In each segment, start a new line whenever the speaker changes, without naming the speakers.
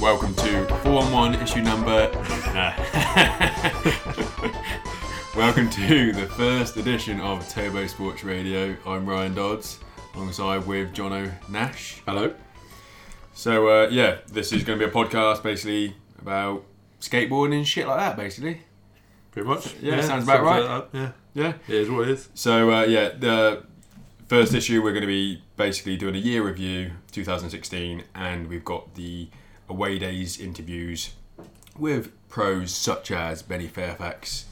Welcome to 411 issue number. No. Welcome to the first edition of Turbo Sports Radio. I'm Ryan Dodds, alongside with Jono Nash.
Hello.
So uh, yeah, this is going to be a podcast basically about skateboarding and shit like that. Basically,
Pretty much.
Yeah, sounds about
like that,
yeah.
yeah. It is what it is.
So uh, yeah, the first issue we're going to be basically doing a year review, 2016, and we've got the away days interviews with pros such as Benny Fairfax,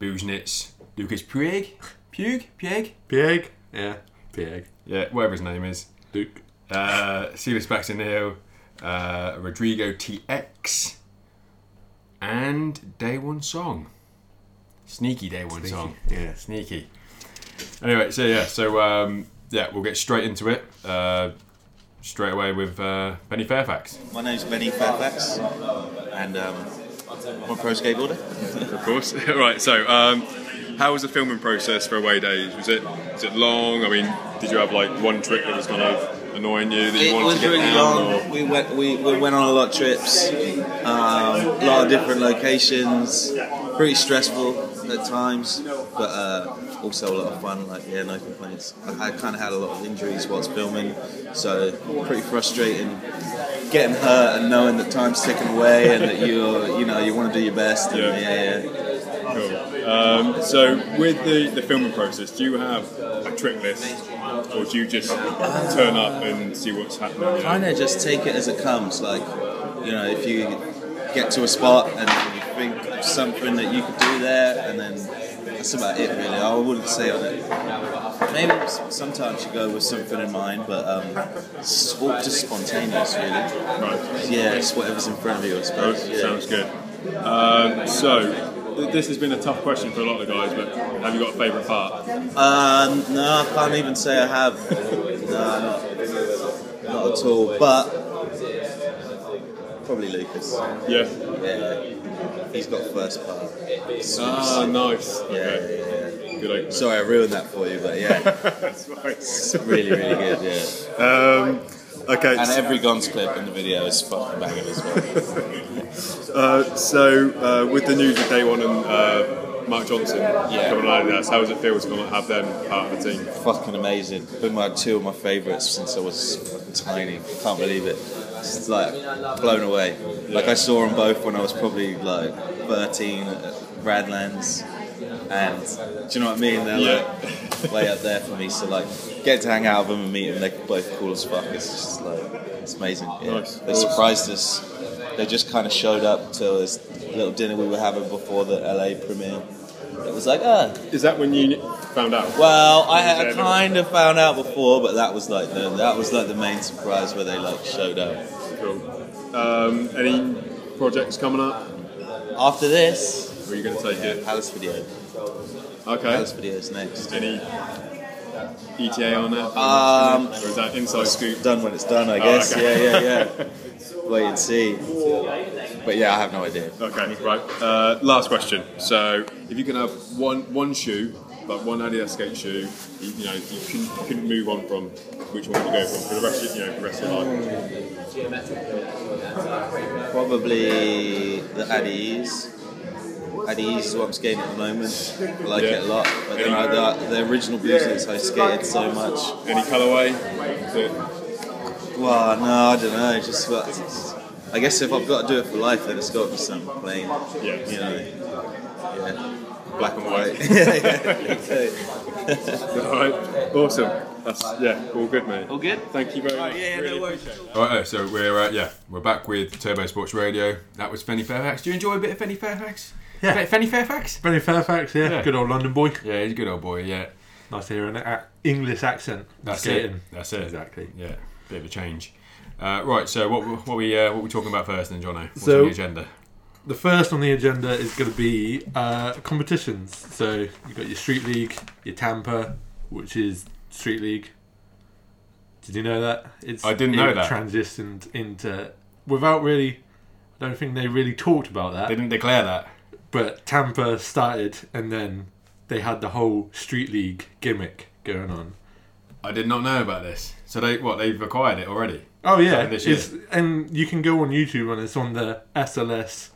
Booznitz, Lucas Puig, Puig, Puig,
Pig. Yeah. Pig.
yeah, whatever his name is,
Duke.
uh, Silas Baxendale, uh, Rodrigo TX, and Day One Song. Sneaky Day One Song.
Yeah.
Sneaky. Anyway, so yeah, so um, yeah, we'll get straight into it. Uh, straight away with uh, Benny Fairfax.
My name's Benny Fairfax, and um, I'm a pro skateboarder.
Of course. right. So, um, how was the filming process for Away Days? Was it was it long? I mean, did you have like one trick that was kind of annoying you that you
It
wanted
was
to get
really
down?
long.
Or?
We went, we, we went on a lot of trips, um, a lot of different locations, pretty stressful at times, but uh, also a lot of fun. Like, yeah, no complaints. I, I kind of had a lot of injuries whilst filming, so pretty frustrating. Getting hurt and knowing that time's ticking away and that you're, you know, you want to do your best. And,
Yeah.
yeah, yeah.
Cool. Um, so, with the, the filming process, do you have a trick list, or do you just turn up and see what's happening? you know?
kind of just take it as it comes. Like, you know, if you get to a spot and you think of something that you could do there, and then that's about it, really. I wouldn't say on it. Maybe s- sometimes you go with something in mind, but um, it's all just spontaneous, really.
Right.
Yeah, it's whatever's in front of you, I
Oh,
suppose. Yeah.
Sounds good. Um, so, th- this has been a tough question for a lot of guys, but have you got a favourite part?
Um, no, I can't even say I have. No, not, not at all. But probably Lucas.
Yeah.
Yeah, he's got first part.
Ah, nice.
Yeah,
Okay.
yeah, yeah.
Good opener.
Sorry, I ruined that for you, but yeah,
That's right.
really, really good. Yeah,
Um, okay.
and every guns clip in the video is fucking banging as well.
Uh, so, uh, with the news of Day One and uh, Mark Johnson
Yeah.
coming out of that, how does it feel to kind of have them part of the team?
fucking amazing. Been my two of my favourites since I was fucking tiny. Can't believe it. Just like blown away. Like I saw them both when I was probably like 13 at Radlands, and do you know what I mean? They're like way up there for me. So like, get to hang out with them and meet them. They're both cool as fuck. It's just like it's amazing. Yeah.
Nice.
They surprised us. They just kind of showed up to this little dinner we were having before the LA premiere. It was like, ah,
Is that when you found out?
well, I
Yeah,
had
no.
kind of found out before, but that was like the that was like the main surprise where they like showed up.
Cool. Um, any projects coming up?
After this,
Or are you going to take it?
Palace video.
Okay.
Palace video is next.
Any ETA on that?
Um,
or is that inside scoop? Oh,
Done when it's done, I guess.
okay.
Yeah, yeah, yeah. Wait and see. But yeah, I have no idea.
Okay, right. Uh, last question. So, if you can have one one shoe, like one Adidas skate shoe, you, you know you couldn't, you couldn't move on from, which one would you go for for the rest of you know for the rest of your life?
Probably the Addies. Addies is what I'm skating at the moment. I like
Yeah.
it a lot. But then I, the, the original Boozers I skated so much.
Any colorway? Is it-
Well, no, I don't know. Just, but I guess if I've got to do it for life, then it's got to be something plain.
Yeah.
You know. Yeah.
Black and white.
yeah, yeah. Okay.
all right. Awesome. That's yeah. All good, mate. All good. Thank you very much.
yeah, no worries.
All right. So we're uh, yeah we're back with Turbo Sports Radio. That was Fenny Fairfax. Do you enjoy a bit of Fenny Fairfax?
Yeah.
Fe- Fenny Fairfax.
Benny Fairfax, yeah.
Yeah.
Good old London boy.
Yeah, he's a good old boy. Yeah.
Nice to hear an a- English accent.
That's
Skating.
it. That's it.
Exactly.
Yeah, bit of a change. Uh, right, so what what we uh, what we talking about first, then, Jono? What's
So-
on the agenda?
The first on the agenda is going to be uh, competitions. So you've got your Street League, your Tampa, which is Street League. Did you know that? It's,
I didn't know
it
that.
Transitioned into without really. I don't think they really talked about that.
They didn't declare that.
But Tampa started, and then they had the whole street league gimmick going on.
I did not know about this. So they what they've acquired it already.
Oh yeah,
Starting this
it's, and you can go on YouTube and it's on the SLS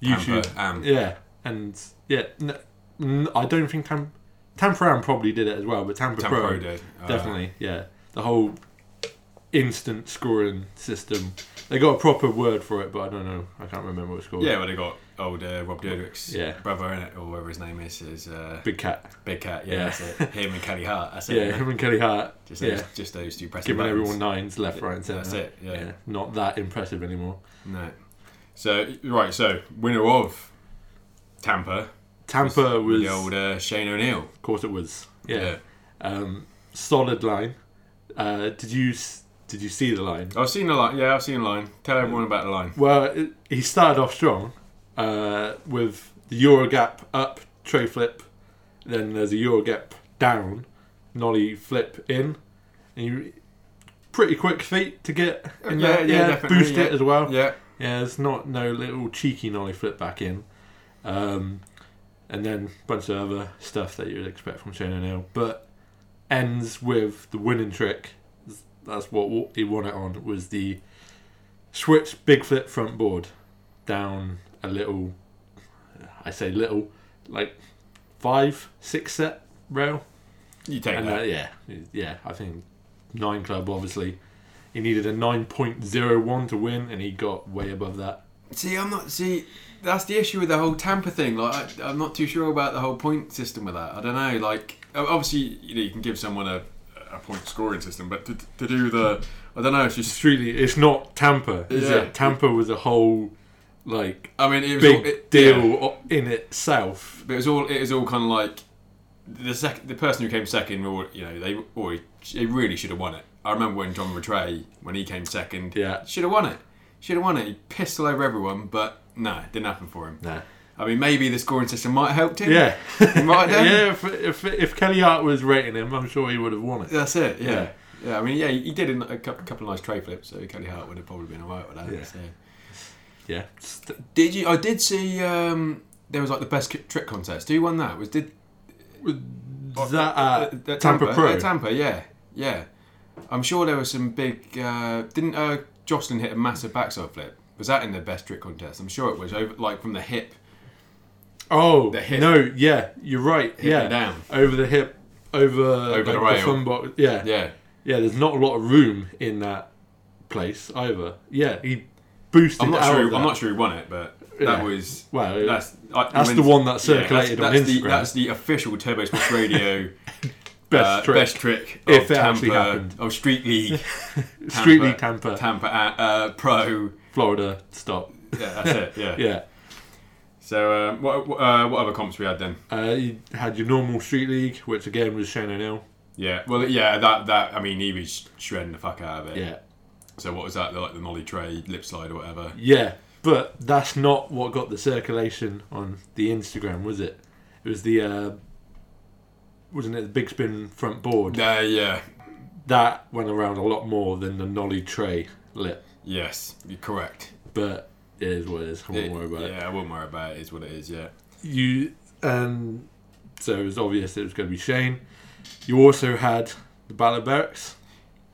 YouTube.
Tampa, um,
Yeah, and yeah, n- n- I don't think Tam- Tampa Am probably did it as well, but Tampa,
Tampa
Pro,
Pro did, uh,
definitely. Yeah, the whole instant scoring system. They got a proper word for it, but I don't know. I can't remember what it's called.
Yeah, well, they got old uh, Rob Dyrdek's
Yeah.
brother in it, or whatever his name is, is uh,
Big Cat.
Big Cat. Yeah,
Yeah.
that's it. Him and Kelly Hart. That's it.
Yeah, him and Kelly Hart.
Just those,
yeah,
just those two pressing
giving
buttons.
everyone nines left, right, and centre.
That's it. Yeah.
not that impressive anymore.
No. So right. So winner of Tampa
Tampa was,
the old uh, Shane O'Neill.
of course, it was. yeah. um, solid line. Uh, did you s- did you see the line?
I've seen the line. Yeah, I've seen the line. Tell everyone about the line.
Well, it, he started off strong uh, with the Euro gap up, tray flip. Then there's a Euro gap down, nollie flip in, and you pretty quick feet to get in
Yeah,
there.
yeah,
Yeah,
definitely,
boost it
yeah.
as well.
Yeah.
Yeah, it's not no little cheeky nollie flip back in. Um, and then bunch of other stuff that you'd expect from Shane O'Neill, but ends with the winning trick. That's what he won it on was the switch big flip front board down a little. I say little, like five six set rail.
You take
And
that.
uh, yeah, yeah, I think nine club obviously. He needed a nine point zero one to win, and he got way above that.
See, I'm not. See, that's the issue with the whole Tampa thing. Like, I, I'm not too sure about the whole point system with that. I don't know. Like, o- obviously, you know, you can give someone a, a point scoring system, but to, to do the, I don't know. It's just.
Streetly, it's not Tampa, is
Yeah.
it? Tampa was a whole like
I mean, it was
big
all, it,
deal
yeah.
o- in itself.
but it was all. It was all kind of like the sec- the person who came second. Or you know, they or they really should have won it. I remember when John Rattray, when he came second,
Yeah.
should have won it. Should have won it. He pissed all over everyone, but no, it didn't happen for him.
Nah.
I mean, maybe the scoring system might have helped him.
Yeah.
He might have done.
yeah, if, if, if Kelly Hart was rating him, I'm sure he would have won it.
That's it. Yeah.
Yeah.
yeah. I mean, yeah, he did a cou- couple of nice tray flips, so Kelly Hart would have probably been alright with that.
Yeah.
so.
Yeah. St-
Did you? I did see um, there was like the best ki- trick contest. Who won that? Was did
Is that uh, Tampa, Pro?
Uh, Tampa, yeah, yeah. I'm sure there was some big. Uh, didn't uh, Jocelyn hit a massive backside flip? Was that in the best trick contest? I'm sure it was over, like from the hip.
oh,
The hip.
no, yeah, you're right.
Hip
yeah.
and down.
Over the hip, over, over
the rail.
fun box. Yeah. yeah.
Yeah,
there's not a lot of room in that place either. Yeah, he boosted
I'm not
out
sure.
of that.
I'm not sure who won it, but
Yeah.
that was.
Well,
That's I,
That's
when-
the one that circulated
that's,
on
that's The,
Instagram.
that's the official Turbo Sports Radio
best
uh,
trick.
best trick of
If it actually
Tampa
happened.
of Street League
Street League Tampa,
Tampa uh, uh, Pro.
Florida, stop.
Yeah, that's it. Yeah.
Yeah.
So um, what what, uh, what other comps we had then?
Uh, you had your normal Street League, which again was Shane O'Neill.
Yeah. Well, yeah. That that I mean, he was shredding the fuck out of it.
Yeah.
So what was that? Like the Molly Tray lip slide or whatever.
Yeah, but that's not what got the circulation on the Instagram, was it? It was the, uh, wasn't it the big spin front board?
Yeah. yeah.
That went around a lot more than the nollie tray lip,
Yes. You're correct.
but it is what it is. I won't
It-
worry about it.
yeah, I wouldn't worry about it. It's what it is. Yeah.
You, and so it was obvious it was going to be Shane. You also had the Ballad Barracks.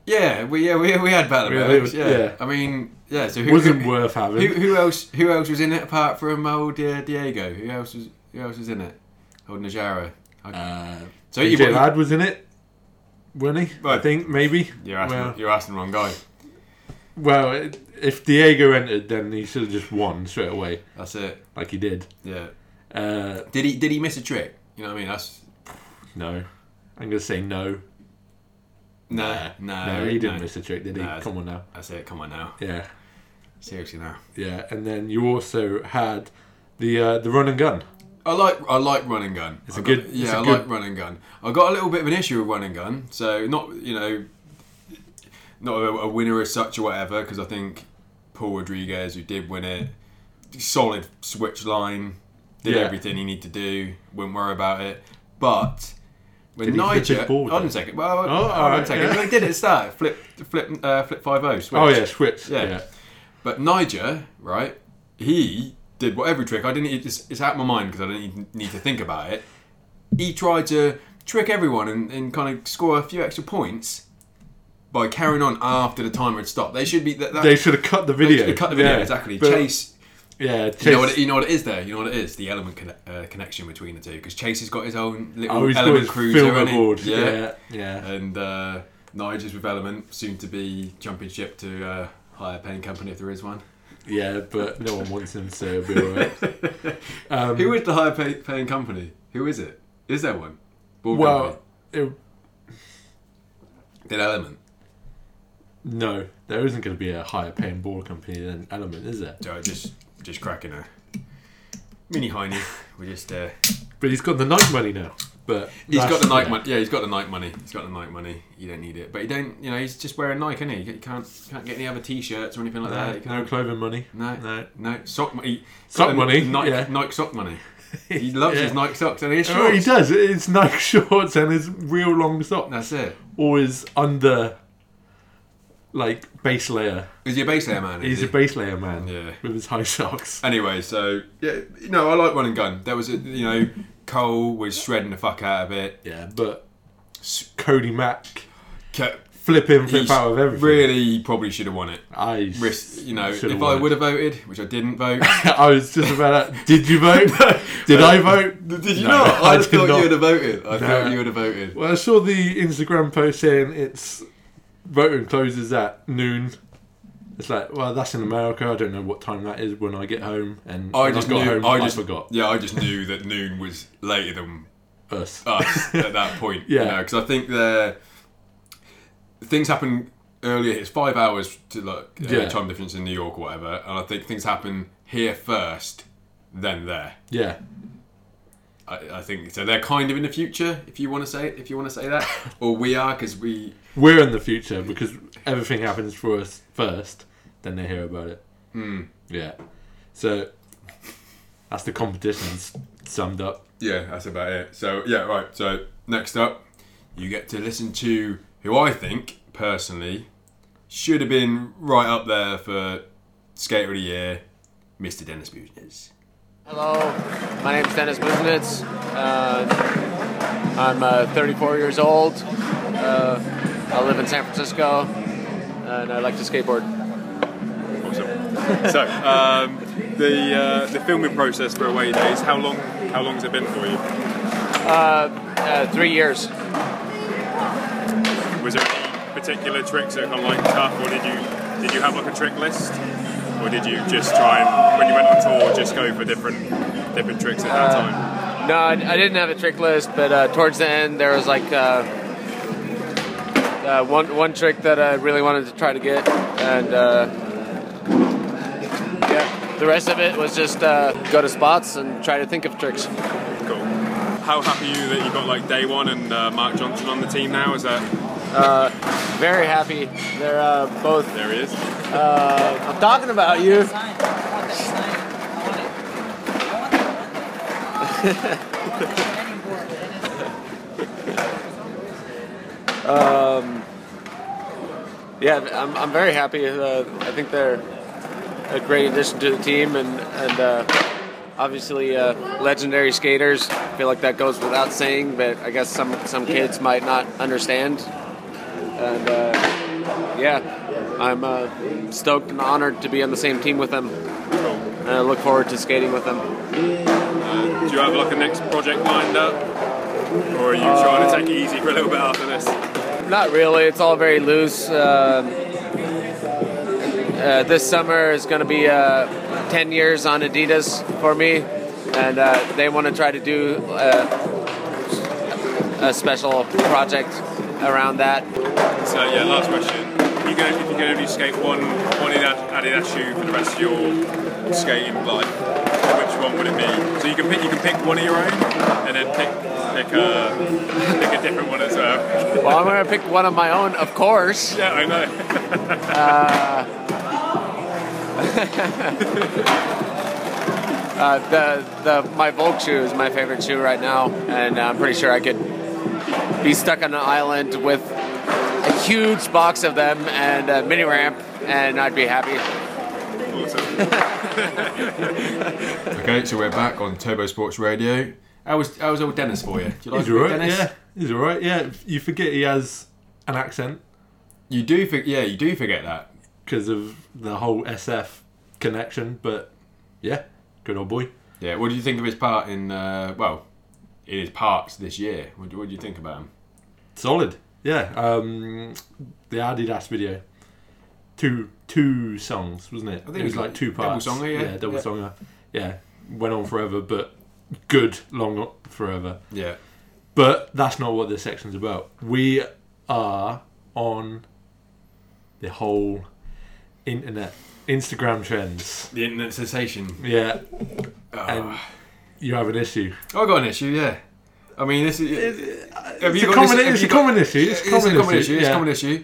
Yeah, we yeah we, we had battle
Yeah,
barracks,
they
yeah,
were- yeah.
I mean, yeah. So who
Wasn't
who,
worth having.
who, who else who else was in it apart from old uh, Diego? Who else was who else was in it? Old Najara.
uh,
So
DJ
you,
Ladd was in it, wasn't he? I
Right.
think, maybe.
you're asking
Well-
you're asking the wrong guy.
Well, it- if Diego entered, then he should have just won straight away,
That's it.
like he did.
Yeah.
Uh,
Did he did he miss a trick? You know what I mean? That's
no, I'm gonna say no.
no
no,
no
he didn't miss a trick, did he?
No, it's-
Come on now.
That's it. Come on now.
Yeah,
Seriously now.
yeah. And then you also had the uh, the run and gun.
I like I like run and gun.
It's
I
a
got-
good- it's
yeah.
a
I
good-
like run and gun. I got a little bit of an issue with run and gun. So not you know, not a, a winner as such or whatever. Because I think Paul Rodriguez, who did win it, solid switch line, did
Yeah.
everything he needed to do. Wouldn't worry about it. But when
Did he flip
Niger,
his ball
hold on
then?
a second. Well, hold on
alright,
a second.
Oh, yeah.
He did it start flip flip uh, flip five zero switch.
Oh yeah, switch. Yeah,
Yeah. But Niger, right? He did whatever he trick. I didn't. It's, it's out of my mind because I didn't even need to think about it. He tried to trick everyone and, and kind of score a few extra points by carrying on after the timer had stopped. They should be. That, that,
They should have cut the video.
they should cut the video
Yeah.
exactly.
But-
Chase.
Yeah, Chase.
You know, what it, you know what it is there. You know what it is. The element conne- uh, connection between the two because Chase has got his own little
oh, he's got
element
his
cruiser.
film
hasn't he?
award.
Yeah.
Yeah, yeah.
And uh, Nigel's with Element, soon to be championship to uh, higher paying company if there is one.
Yeah, but no one wants him, so it'll be alright. Um,
Who is the higher pay- paying company? Who is it? Is there one? Board
well,
company?
it,
did Element?
no, there isn't going to be a higher paying ball company than Element, is there?
So just just cracking a mini hiney. We just uh,
But he's got the night money now. But
he's got the Nike
night
money. Yeah, he's got the Nike money. He's got the Nike money. You don't need it, but you don't. You know, he's just wearing Nike, isn't he? You can't you can't get any other T-shirts or anything like that. You
No, no
can't-
clothing money.
no, no,
No.
sock money.
Sock money,
Nike,
yeah.
Nike sock money. He loves
Yeah.
his Nike socks and his
Oh, he
shorts.
does. It's Nike shorts and his real long socks.
That's it.
Always under, like, base layer.
Is he a base layer man? is
He's
he?
a base layer man
Yeah.
with his high socks.
Anyway, so yeah, you know, I like one and gun. There was a you know, Cole was shredding the fuck out of it.
Yeah, but Cody Mack
Ke-
flip in,
he
flip out of everything.
Really, probably should have won it.
I s-
Risk, you know,
should've
if I
won.
would have voted, which I didn't vote.
I was just about that. Did you vote? Did I vote?
Um, did you
No,
not? I,
I
just
did
thought
not.
you would have voted. I
No.
thought you would have voted.
Well, I saw the Instagram post saying it's voting closes at noon. It's like, well, that's in America. I don't know what time that is when I get home, and
I
when
just
got
knew.
home,
I just
forgot
Yeah, I just knew that noon was later than
us.
us at that point.
Yeah.
because I think the things happen earlier. It's five hours to like uh,
Yeah.
time difference in New York or whatever, and I think things happen here first, then there.
yeah,
I, I think so. They're kind of in the future, if you want to say if you want to say that, or we are because we.
we're in the future because everything happens for us first, then they hear about it.
Hmm.
Yeah, so that's the competitions summed up.
Yeah, that's about it. So yeah, right. So next up, you get to listen to who I think personally should have been right up there for skater of the year, Mr. Dennis Bujnes.
Hello, my name is Dennis Buznitz. Uh, I'm uh, 34 years old. Uh, I live in San Francisco, and I like to skateboard.
Awesome. so, um, the uh, the filming process for Away Days. How long? How long has it been for you?
Uh, three years.
Was there any particular tricks that were kind of like tough, or did you did you have like a trick list, or did you just try and when you went on tour just go for different different tricks at that time?
Uh, No, I, I didn't have a trick list, but uh, towards the end there was like uh, uh, one one trick that I really wanted to try to get, and uh, yeah, the rest of it was just uh, go to spots and try to think of tricks.
Cool. How happy are you that you got like day one and uh, Mark Johnson on the team now? Is that
Uh, Very happy. They're uh, both uh,
there he is?
I'm talking about you.
sign. I want that sign. I want it. I want that one. I want that one. Anymore, Dennis.
Um, Yeah, I'm, I'm very happy. Uh, I think they're a great addition to the team, and and uh, obviously uh, legendary skaters. I feel like that goes without saying, but I guess some some kids might not understand. And uh, yeah, I'm uh, stoked and honored to be on the same team with them. And I look forward to skating with them.
Do you have like a next project lined up, or are you trying to take it easy for a little bit after this?
Not really. It's all very loose. Um, uh, this summer is going to be uh, 10 years on Adidas for me, and uh, they want to try to do uh, a special project around that.
So yeah, last question. If you can, if you can only skate one one Adidas Adidas shoe for the rest of your skating life, which one would it be? So you can pick you can pick one of your own, and then pick pick a pick a different one as well.
Well, I'm going to pick one of my own, of course.
Yeah, I know.
Uh, the the my Volk shoe is my favorite shoe right now, and I'm pretty sure I could be stuck on an island with a huge box of them and a mini ramp, and I'd be happy.
Awesome.
Okay, so we're back on Turbo Sports Radio. How was how was old Dennis for you? Do you like
He's all right.
Dennis?
Yeah, he's all right. Yeah, you forget he has an accent
You do for, yeah, you do forget that.
because of the whole SF connection, but yeah, good old boy.
Yeah, what do you think of his part in uh, well, in his parts this year? What do, what do you think about him?
Solid. Yeah. Um, the Adidas video. Two two songs, wasn't it? I
think
it
it
was
was
like two
double
parts.
songer, yeah.
yeah double
Yeah.
songer. Yeah, went on forever, but good, long forever.
Yeah,
But that's not what this section's about. We are on the whole internet, Instagram trends.
the internet sensation.
Yeah,
Oh.
and you have an issue.
I got an issue. Yeah, I mean this is. Have
It's
you
a
got an
common,
issue- have
it's
you
a
got-
common issue. It's a common issue.
It's a
yeah. Uh,
common issue.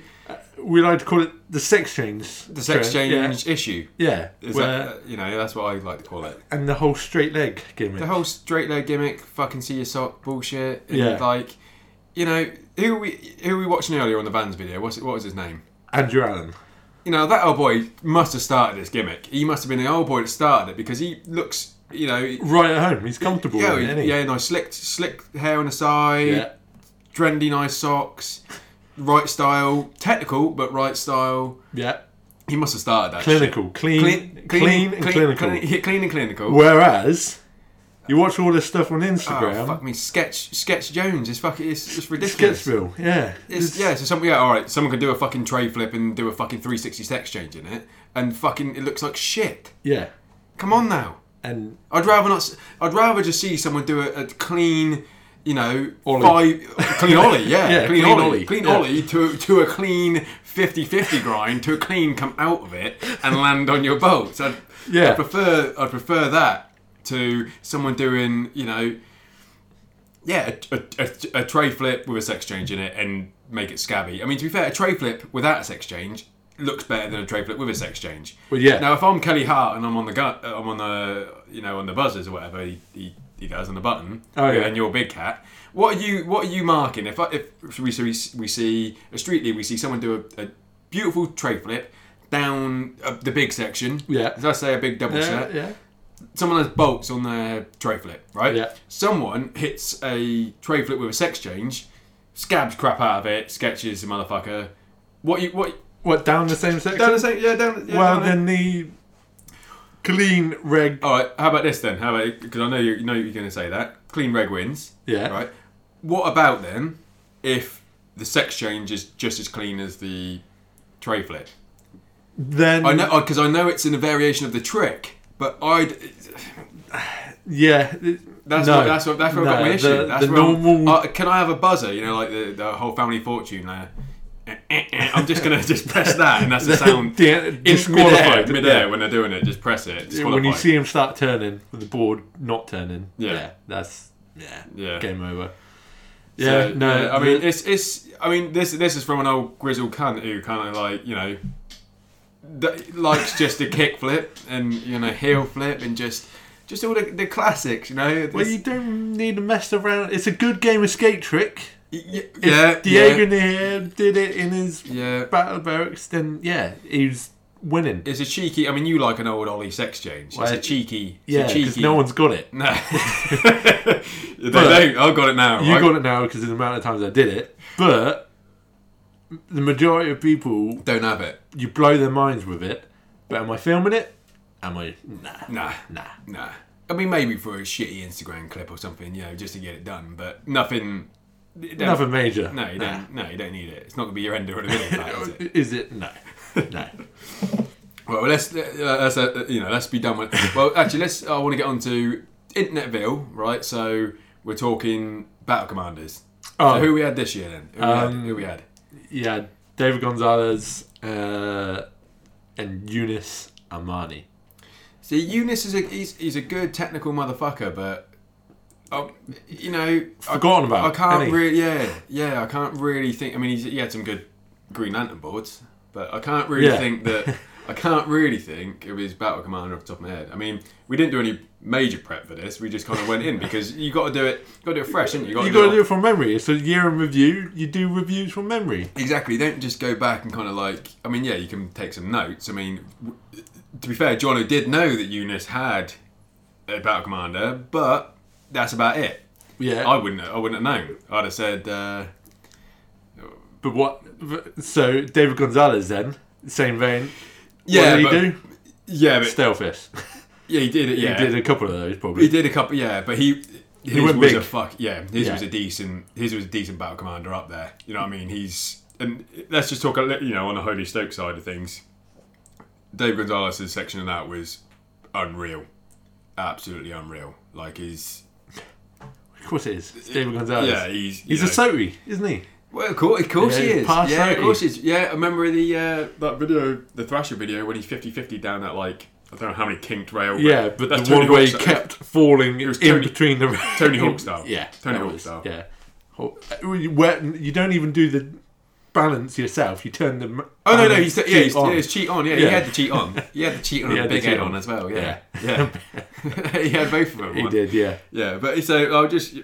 We like to call it the sex change.
The sex
trend,
change issue.
Yeah, yeah.
Is
where-
that, uh, you know, that's what I like to call it.
and the whole straight leg gimmick.
The whole straight leg gimmick, fucking see your sock bullshit. And
Yeah.
Like, you know, who we who were we watching earlier on the band's video? What's what was his name?
Andrew Allen.
you know that old boy must have started this gimmick. He must have been the old boy that started it because he looks, you know, he-
Right at home. He's comfortable.
yeah,
with it, isn't
he-
he?
yeah, nice slick, slick hair on the side,
Yeah.
trendy, nice socks, right style, technical but right style.
Yeah.
He must have started that.
Clinical.
shit.
Clean, clean, and clinical.
clean, yeah, clean and clinical.
Whereas, you watch all this stuff on
Oh,
Instagram.
fuck me, sketch, sketch Jones is fucking, it's, it's ridiculous.
Sketchville. Yeah.
It's, yeah, so something. Yeah, all right. Someone can do a fucking tray flip and do a fucking 360 sex change in it, and fucking it looks like shit.
Yeah.
Come on now.
And
I'd rather not. s- I'd rather just see someone do a, a clean, you know,
Ollie.
five clean ollie, yeah,
Yeah,
clean,
clean
ollie,
ollie,
clean
yeah.
ollie to to a clean 50-50 grind to a clean come out of it and land on your bolts. I'd,
Yeah.
I'd prefer. I'd prefer that to someone doing, you know, yeah, a, a, a, a tray flip with a sex change in it and make it scabby. I mean, to be fair, a tray flip without a sex change looks better than a tray flip with a sex change.
Well, yeah.
Now, if I'm Kelly Hart and I'm on the gun, I'm on the you know on the buzzers or whatever he, he, he does on the button.
Oh, yeah.
And you're big cat. What are you What are you marking? If I, if we see we see a street lead, we see someone do a, a beautiful tray flip down uh, the big section.
Yeah.
As I say, a big double
yeah,
set
yeah.
someone has bolts on their tray flip, right?
Yeah.
Someone hits a tray flip with a sex change, scabs crap out of it, sketches the motherfucker. What you what?
What down the same section?
Down the same, yeah, down. Yeah,
well,
down
then the clean reg.
All right. How about this then? How about because I know you, you know you're going to say that clean reg wins.
Yeah.
Right. What about then if the sex change is just as clean as the tray flip?
Then
I know because I know it's in a variation of the trick, but I'd
yeah.
Oh. That's
no,
what, that's what that's what
no,
got my issue.
The,
that's
the
where I'm-
normal.
uh, can I have a buzzer? You know, like the, the whole family fortune there. Eh, eh, eh. I'm just gonna just press that, and that's the sound.
the-
In midair,
disqualified.
midair
Yeah.
when they're doing it, just press it.
Yeah, when you
disqualified.
see him start turning with the board not turning,
Yeah.
that's yeah,
Yeah.
game over.
So,
Yeah, no,
I mean,
the-
it's it's. I mean, this this is from an old grizzled cunt who kind of like you know, that likes just a kick flip and you know heel flip and just just all the, the classics. You know,
well,
This-
you don't need to mess around. It's a good game of skate trick.
y- y-
If
yeah,
Diego Neer did it in his
yeah, yeah.
battle barracks, then yeah, he was winning.
It's a cheeky. I mean, you like an old Ollie sex change.
Well,
it's a cheeky. It's
yeah,
a
because
cheeky.
no one's got it.
No. they don't. I've got it now.
You
right?
got it now because of the amount of times I did it, but the majority of people,
Don't have it.
you blow their minds with it. But am I filming it? Am I? Nah,
Nah.
nah.
Nah. I mean, maybe for a shitty Instagram clip or something, you know, just to get it done, but nothing. you don't-
Nothing major.
No, you
nah.
don't. No, you don't need it. It's not going to be your ender or a minute, that, is it?
Is it? No. No.
Well, let's uh, let's uh, you know let's be done with. Well, actually, let's. I want to get on to Internetville, right? So we're talking battle commanders.
Oh.
So who we had this year then? Who we,
Um,
had? Who we had?
yeah, David Gonzalez uh, and Eunice Amani.
See, Eunice is a he's, he's a good technical motherfucker, but um, you know,
Forgotten
I, I
about.
can't
ain't he?
really. Yeah, yeah, I can't really think. I mean, he's, he had some good Green Lantern boards, but I can't really
Yeah.
think that. I can't really think of his battle commander off the top of my head. I mean, we didn't do any major prep for this. We just kind of went in because you got to do it. You got to do it fresh, haven't you?
You got to do it from memory. It's a year in review. You do reviews from memory.
Exactly. Don't just go back and kind of like. I mean, yeah, you can take some notes. I mean, w- to be fair, Jono did know that Eunice had a battle commander, but that's about it.
Yeah.
I wouldn't. I wouldn't have known. I'd have said. Uh,
But what? So David Gonzalez then, same vein.
yeah,
what did he
but,
do?
yeah, but
Stalefish.
yeah, he did it. Yeah,
He did a couple of those probably.
He did a couple, yeah, but he his was
went big.
a fuck, yeah. His
Yeah.
was a decent, his was a decent battle commander up there. You know what I mean? He's and let's just talk, a li- you know, on the Holy Stoke side of things. Dave Gonzalez's section of that was unreal, absolutely unreal. Like he's
Of course it is. It's David Gonzalez.
yeah, he's you
He's a
know.
Soty, isn't he?
Well, of course, of course
Yeah,
he
he's
is.
past
Yeah, of
30.
course he is. Yeah, I remember the uh, that video, the Thrasher video, when he's 50-50 down that like I don't know how many kinked rail.
Yeah, but
that's
the one
Tony
where he
Hawk's- uh,
kept falling
was
in
Tony-
between the
Tony Hawk style.
Yeah,
Tony
that
Hawk
was-
style.
Yeah, Ho- where Oh, you don't even do the balance yourself. You turn the m-
Oh no, no,
balance
he's yeah,
um, cheat
he's,
on.
yeah, he's cheat on. Yeah, he
Yeah.
had the cheat on. He had the cheat on
He
and
had
the
the
big
cheat
head
on.
on as well. Yeah, yeah, he had both of them.
he
on.
did. Yeah,
Yeah, but so I'll just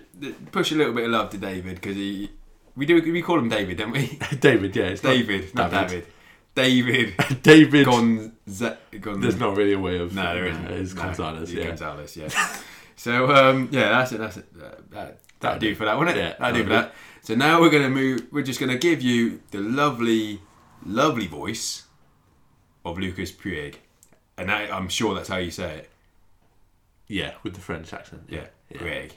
push a little bit of love to David because he we do we call him David, don't we?
David. Yeah, it's not-
David, not David. David
David.
Gonza- Gonz-
There's not really a way of
No, there isn't.
It's
No,
Gonzalez.
it's
yeah.
Gonzalez. Yeah. so um, yeah, that's it. That's it. That, that, that'll do for that, won't it?
Yeah,
that'll do for
that'll
that. So now we're gonna move. We're just gonna give you the lovely, lovely voice of Lucas Puig, and I, I'm sure that's how you say it.
yeah, with the French accent.
Yeah,
yeah.
Puig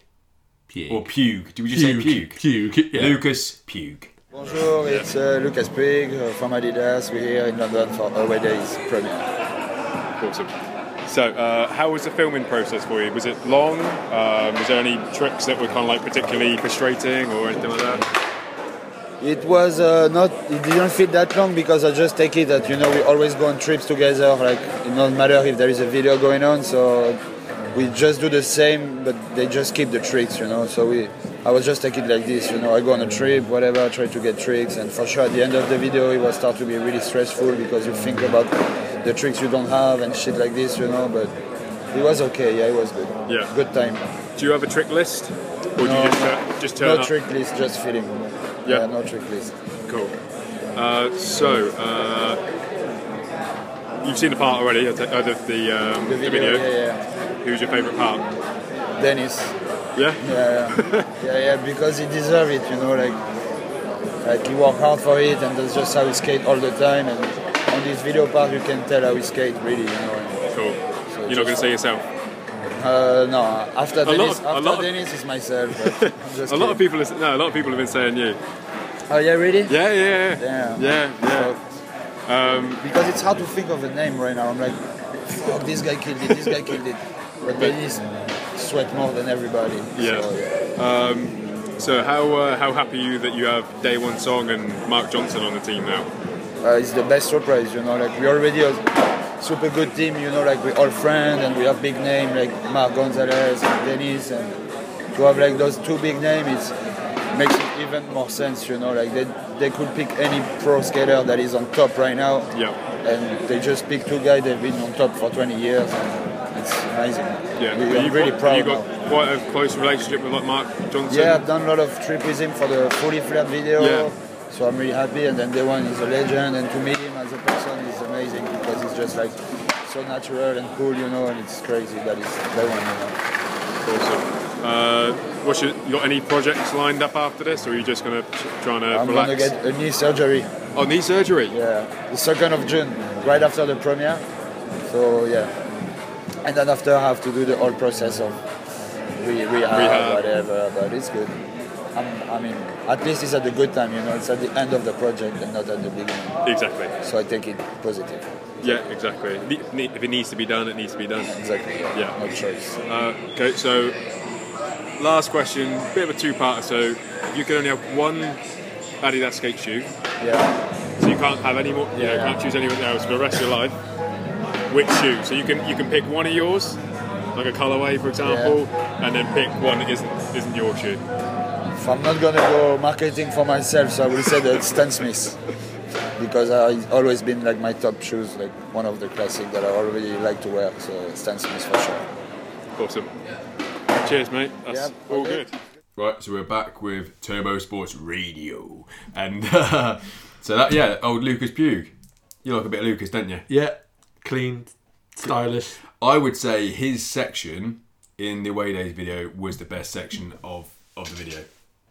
Puig.
or Puig. Do we just say Puig?
Puke. Yeah.
Lucas Puig.
Bonjour, it's uh, Lucas Pig uh, from Adidas. We're here in London for Away Days premiere.
Awesome. So, uh, how was the filming process for you? Was it long? Um, was there any tricks that were kind of like particularly frustrating or anything like that?
It was uh, not. It didn't feel that long because I just take it that you know we always go on trips together. Like it doesn't matter if there is a video going on, so we just do the same, but they just keep the tricks, you know. So we, I was just take it like this, you know. I go on a trip, whatever, I try to get tricks, and for sure at the end of the video it was start to be really stressful because you think about the tricks you don't have and shit like this, you know. But it was okay. Yeah, it was good.
Yeah.
Good time.
Do you have a trick list, or do
No,
you just turn, just turn
No
up?
trick list, just feeling.
Yeah.
yeah no trick list.
Cool. Uh, so, uh, you've seen the part already of the, of the, um,
The video, yeah,
Who's your favourite part?
yeah. Dennis.
Yeah.
yeah, yeah. yeah, yeah, because he deserves it, you know, like like he worked hard for it, and that's just how he skate all the time. And on this video part, you can tell how he skate really, you know.
Cool.
So
You're not going to
just-
say yourself.
Uh, no, after
lot
Dennis,
of- a lot of-
after Dennis is myself. But I'm just
A lot of
kidding.
people, are, no, a lot of people have been saying you.
Oh yeah, really?
Yeah, yeah, yeah,
Damn.
yeah, yeah. Um,
So- because it's hard to think of a name right now. I'm like, fuck, this guy killed it. This guy killed it. But Dennis sweat more than everybody.
Yeah.
So,
So how uh, how happy are you that you have Day One Song and Mark Johnson on the team now?
uh, it's the best surprise, you know. Like we already a super good team, you know. Like we all friends and we have big name like Mark Gonzalez and Dennis, and to have like those two big names, it makes it even more sense, you know. Like they they could pick any pro skater that is on top right now,
Yeah.
and they just pick two guys they've been on top for 20 years. And it's amazing.
Yeah,
we,
but
I'm
you've
really
got,
proud.
You've
now.
got quite a close relationship with like Mark Johnson.
Yeah, I've done a lot of trip with him for the fully flat video.
Yeah.
So I'm really happy. And then the one is a legend, and to meet him as a person is amazing because he's just like so natural and cool, you know. And it's crazy that it's that one. You
Awesome. Uh, what's your, you got any projects lined up after this, or are you just gonna trying to
know. I'm
Uh, relax?
gonna get a knee surgery.
Oh, knee surgery.
Yeah, the second of June, right after the premiere. So yeah, and then after I have to do the whole process of re- rehab,
Rehab.
whatever. But it's good. I'm, I mean, at least it's at the good time, you know. It's at the end of the project and not at the beginning.
Exactly.
So I take it positive.
Yeah, exactly. Ne- ne- If it needs to be done, it needs to be done.
Exactly.
Yeah.
No choice.
Uh, okay, so last question, bit of a two-parter. So if you could only have one Adidas skate shoe,
Yeah.
so you can't have any more. You know,
Yeah.
can't choose anyone else for the rest of your life. Which shoe? So you can you can pick one of yours, like a colorway, for example, and then pick one that isn't isn't your shoe.
If I'm not gonna go marketing for myself, so I will say that Stan Smith, because I always been like my top shoes, like one of the classic that I already like to wear. So Stan Smith for sure.
Awesome. Cheers, mate. That's
Yeah,
all
okay.
good.
Right, so we're back with Turbo Sports Radio, and uh, so that yeah, old Lucas Pugh. You like a bit of Lucas, don't you?
Yeah. Clean, stylish.
I would say his section in the away days video was the best section of of the video.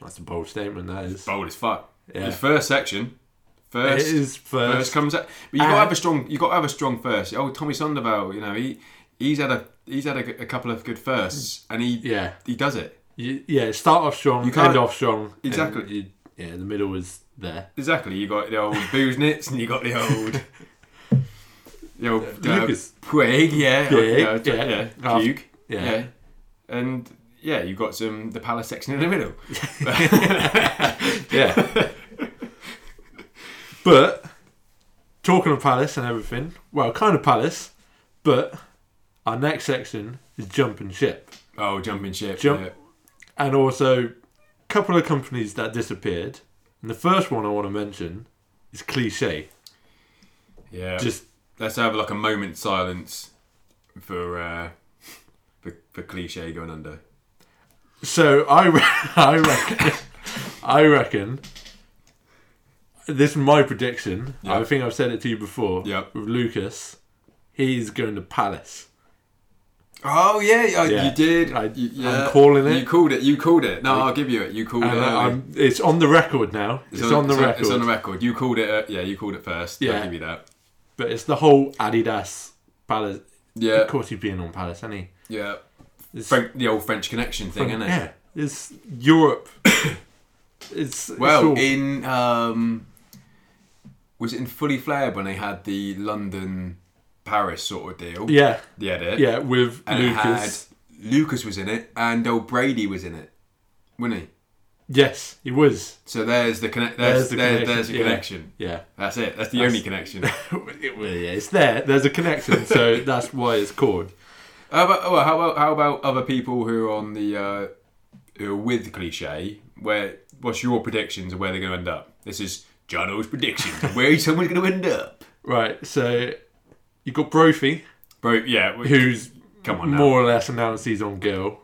That's a bold statement. That is.
Bold as fuck.
Yeah.
His first section,
It
first,
is
first,
first.
comes out. But you got to
And-
have a strong. You got to have a strong first. Oh, Tommy Sandoval, you know he he's had a he's had a, g- a couple of good firsts, and he
Yeah.
he does it
You, yeah. Start off strong.
You can't-
end off strong. and
Exactly.
you- yeah. The middle is there.
exactly. You got the old Booznitz, and you got the old. The old uh,
Lucas.
Puig, yeah,
Puig,
uh,
yeah.
yeah,
Half-
Puig,
yeah.
yeah, and yeah, you got some the Palace section in the middle.
Yeah. but talking of Palace and everything, well, kind of Palace, but our next section is jumping ship,
Oh, jumping ship,
Jump-
yeah.
and also a couple of companies that disappeared. And the first one I want to mention is Cliche.
Yeah.
Just
let's have like a moment silence for uh for, for cliche going under.
So I, re- I reckon, I reckon. This is my prediction. I think I've said it to you before.
Yep.
With Lucas, he's going to Palace.
Oh yeah, I,
Yeah.
you did.
I-
you,
I'm calling it.
You called it. You called it. No, I'll give you it. You called
And
it.
I-
early.
I'm, it's on the record now. It's, on, the record.
It's on the record. You called it. Uh, yeah, you called it first.
Yeah.
I'll give you that.
but it's the whole Adidas Palace.
Yeah,
Of course, he's being on Palace, hasn't he?
yeah.
It's,
French, the old French connection thing, isn't it?
Yeah. It's Europe. it's it's
Well,
all-
in um, was it in Fully Flared when they had the London Paris sort of deal?
yeah,
they had it.
yeah. With
and it had
Lucas.
Lucas was in it, and old Brady was in it, wasn't he?
Yes, he was.
So there's the connect. There's
There's the
the there's,
connection,
there's the
yeah.
connection.
Yeah.
That's it. That's the
That's-
only connection. uh,
It- well, yeah, it's there. There's a connection, so that's why it's called.
how about oh, how about how about other people who are on the uh, who are with cliche? Where what's your predictions of where they're going to end up? This is Jono's predictions. of where someone's going to end up?
Right, so you got Brophy,
Bro, yeah. we-
who's
come on now?
more or less announced he's on girl.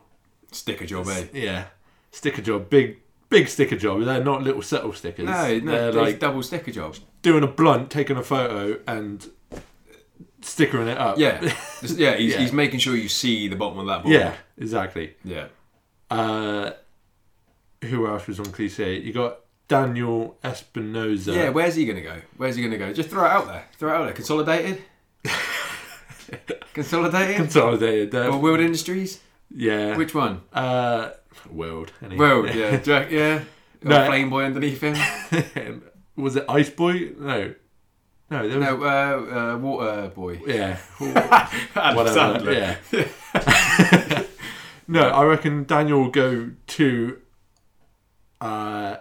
sticker job, eh?
Yeah, sticker job, big, big sticker job. They're not little subtle stickers.
No, no,
they're
it's
like
double sticker job.
doing a blunt, taking a photo, and stickering it up.
Yeah, yeah. He's,
Yeah.
he's making sure you see the bottom of that board.
yeah, exactly.
yeah.
Uh, who else was on cliche? You got Daniel Espinosa.
Yeah, where's he going to go? Where's he going to go? Just throw it out there. Throw it out there. Consolidated? Consolidated?
consolidated. they're-
Or World Industries?
yeah,
Which one?
uh, world. Anyway.
World, yeah. Jack, yeah.
No.
Got Flame Boy underneath him.
was it Ice Boy? No, no, there was,
No, uh, uh, Water Boy.
yeah,
Adam
whatever.
Sandler.
Yeah. no, I reckon Daniel will go to uh,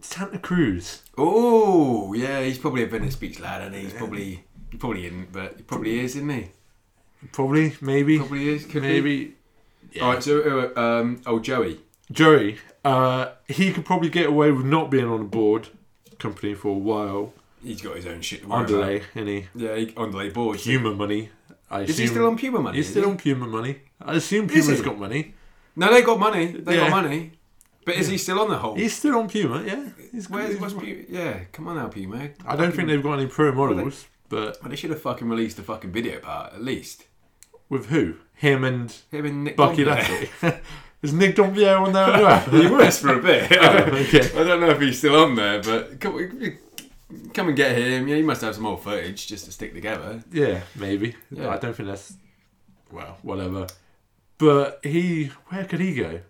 Santa Cruz.
Oh, yeah, he's probably a Venice Beach lad, and he's probably, he probably isn't, but he probably is, isn't he?
Probably, maybe,
Probably is, could be.
maybe. Yeah.
All right, so, uh, um, oh, Joey.
Joey, uh, he could probably get away with not being on a board company for a while.
He's got his own shit to worry
On
about.
delay, any
Yeah, he, on delay board.
Puma money? I
Is he
assume-
still on Puma money?
He's
is
still
he?
on Puma money. I assume
Is
Puma's
he?
got money.
No, they got money. They
Yeah.
got money. But is he still on the whole?
He's still on Puma, yeah. He's,
Where's,
he's-
what's Puma? Yeah, come on now, Puma.
I don't think they've got any pro models, but
Well, they should have fucking released the fucking video part at least.
with who? Him and
Him and Nick.
Bucky
Dompierre.
Lassie. Is Nick Dombier on there as well?
he
Oh,
was for a bit.
okay.
I don't know if he's still on there, but come, come and get him. Yeah, he must have some more footage just to stick together.
Yeah, maybe.
Yeah.
I don't think that's. Well, whatever. But he. Where could he go?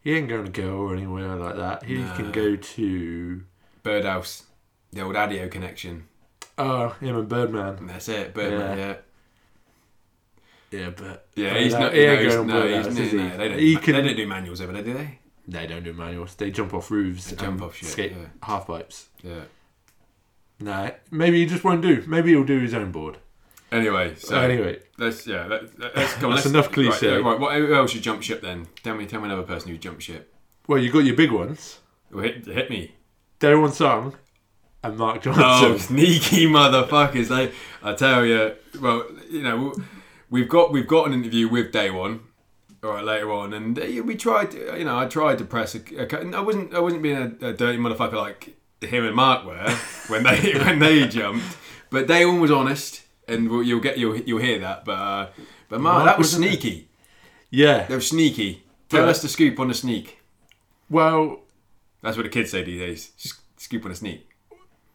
He ain't going to go or anywhere like that. He can go to.
Birdhouse, the old audio connection.
Oh, him and Birdman.
And that's it. Birdman.
Yeah.
Yeah.
Yeah, but.
Yeah,
Birdhouse-
he's not.
He ain't
no, he's,
going
no,
on
he's,
Birdhouse, is
no,
he?
they don't.
He
ma-
can-
They don't do manuals over there, do they?
They don't do manuals. They jump off roofs.
jump
and
off shit,
Skate
yeah.
half pipes.
Yeah.
No, Uh, maybe he just won't do. Maybe he'll do his own board.
Anyway, so
So anyway,
Let's yeah. Let, let- let's come. on, let's,
That's enough cliche.
Right, right, what who else should jump ship then? Tell me, tell me another person who jumped ship.
well, you got your big ones.
Oh, hit, hit me.
Darren Song and Mark
Oh,
Johnson.
sneaky motherfuckers! They, I tell you. Well, you know, we've got we've got an interview with Day One. All right, later on, and uh, we tried. to- You know, I tried to press. A, a, cu- I wasn't. I wasn't being a, a dirty motherfucker like him and Mark were when they when they jumped. But Day One was honest. and we'll, you'll get you'll you'll hear that. But uh, but Mark, that was
wasn't it?
sneaky. That
Yeah.
was sneaky. Tell
Yeah.
us the scoop on the sneak.
Well,
That's what the kids say these days. Just scoop on a sneak.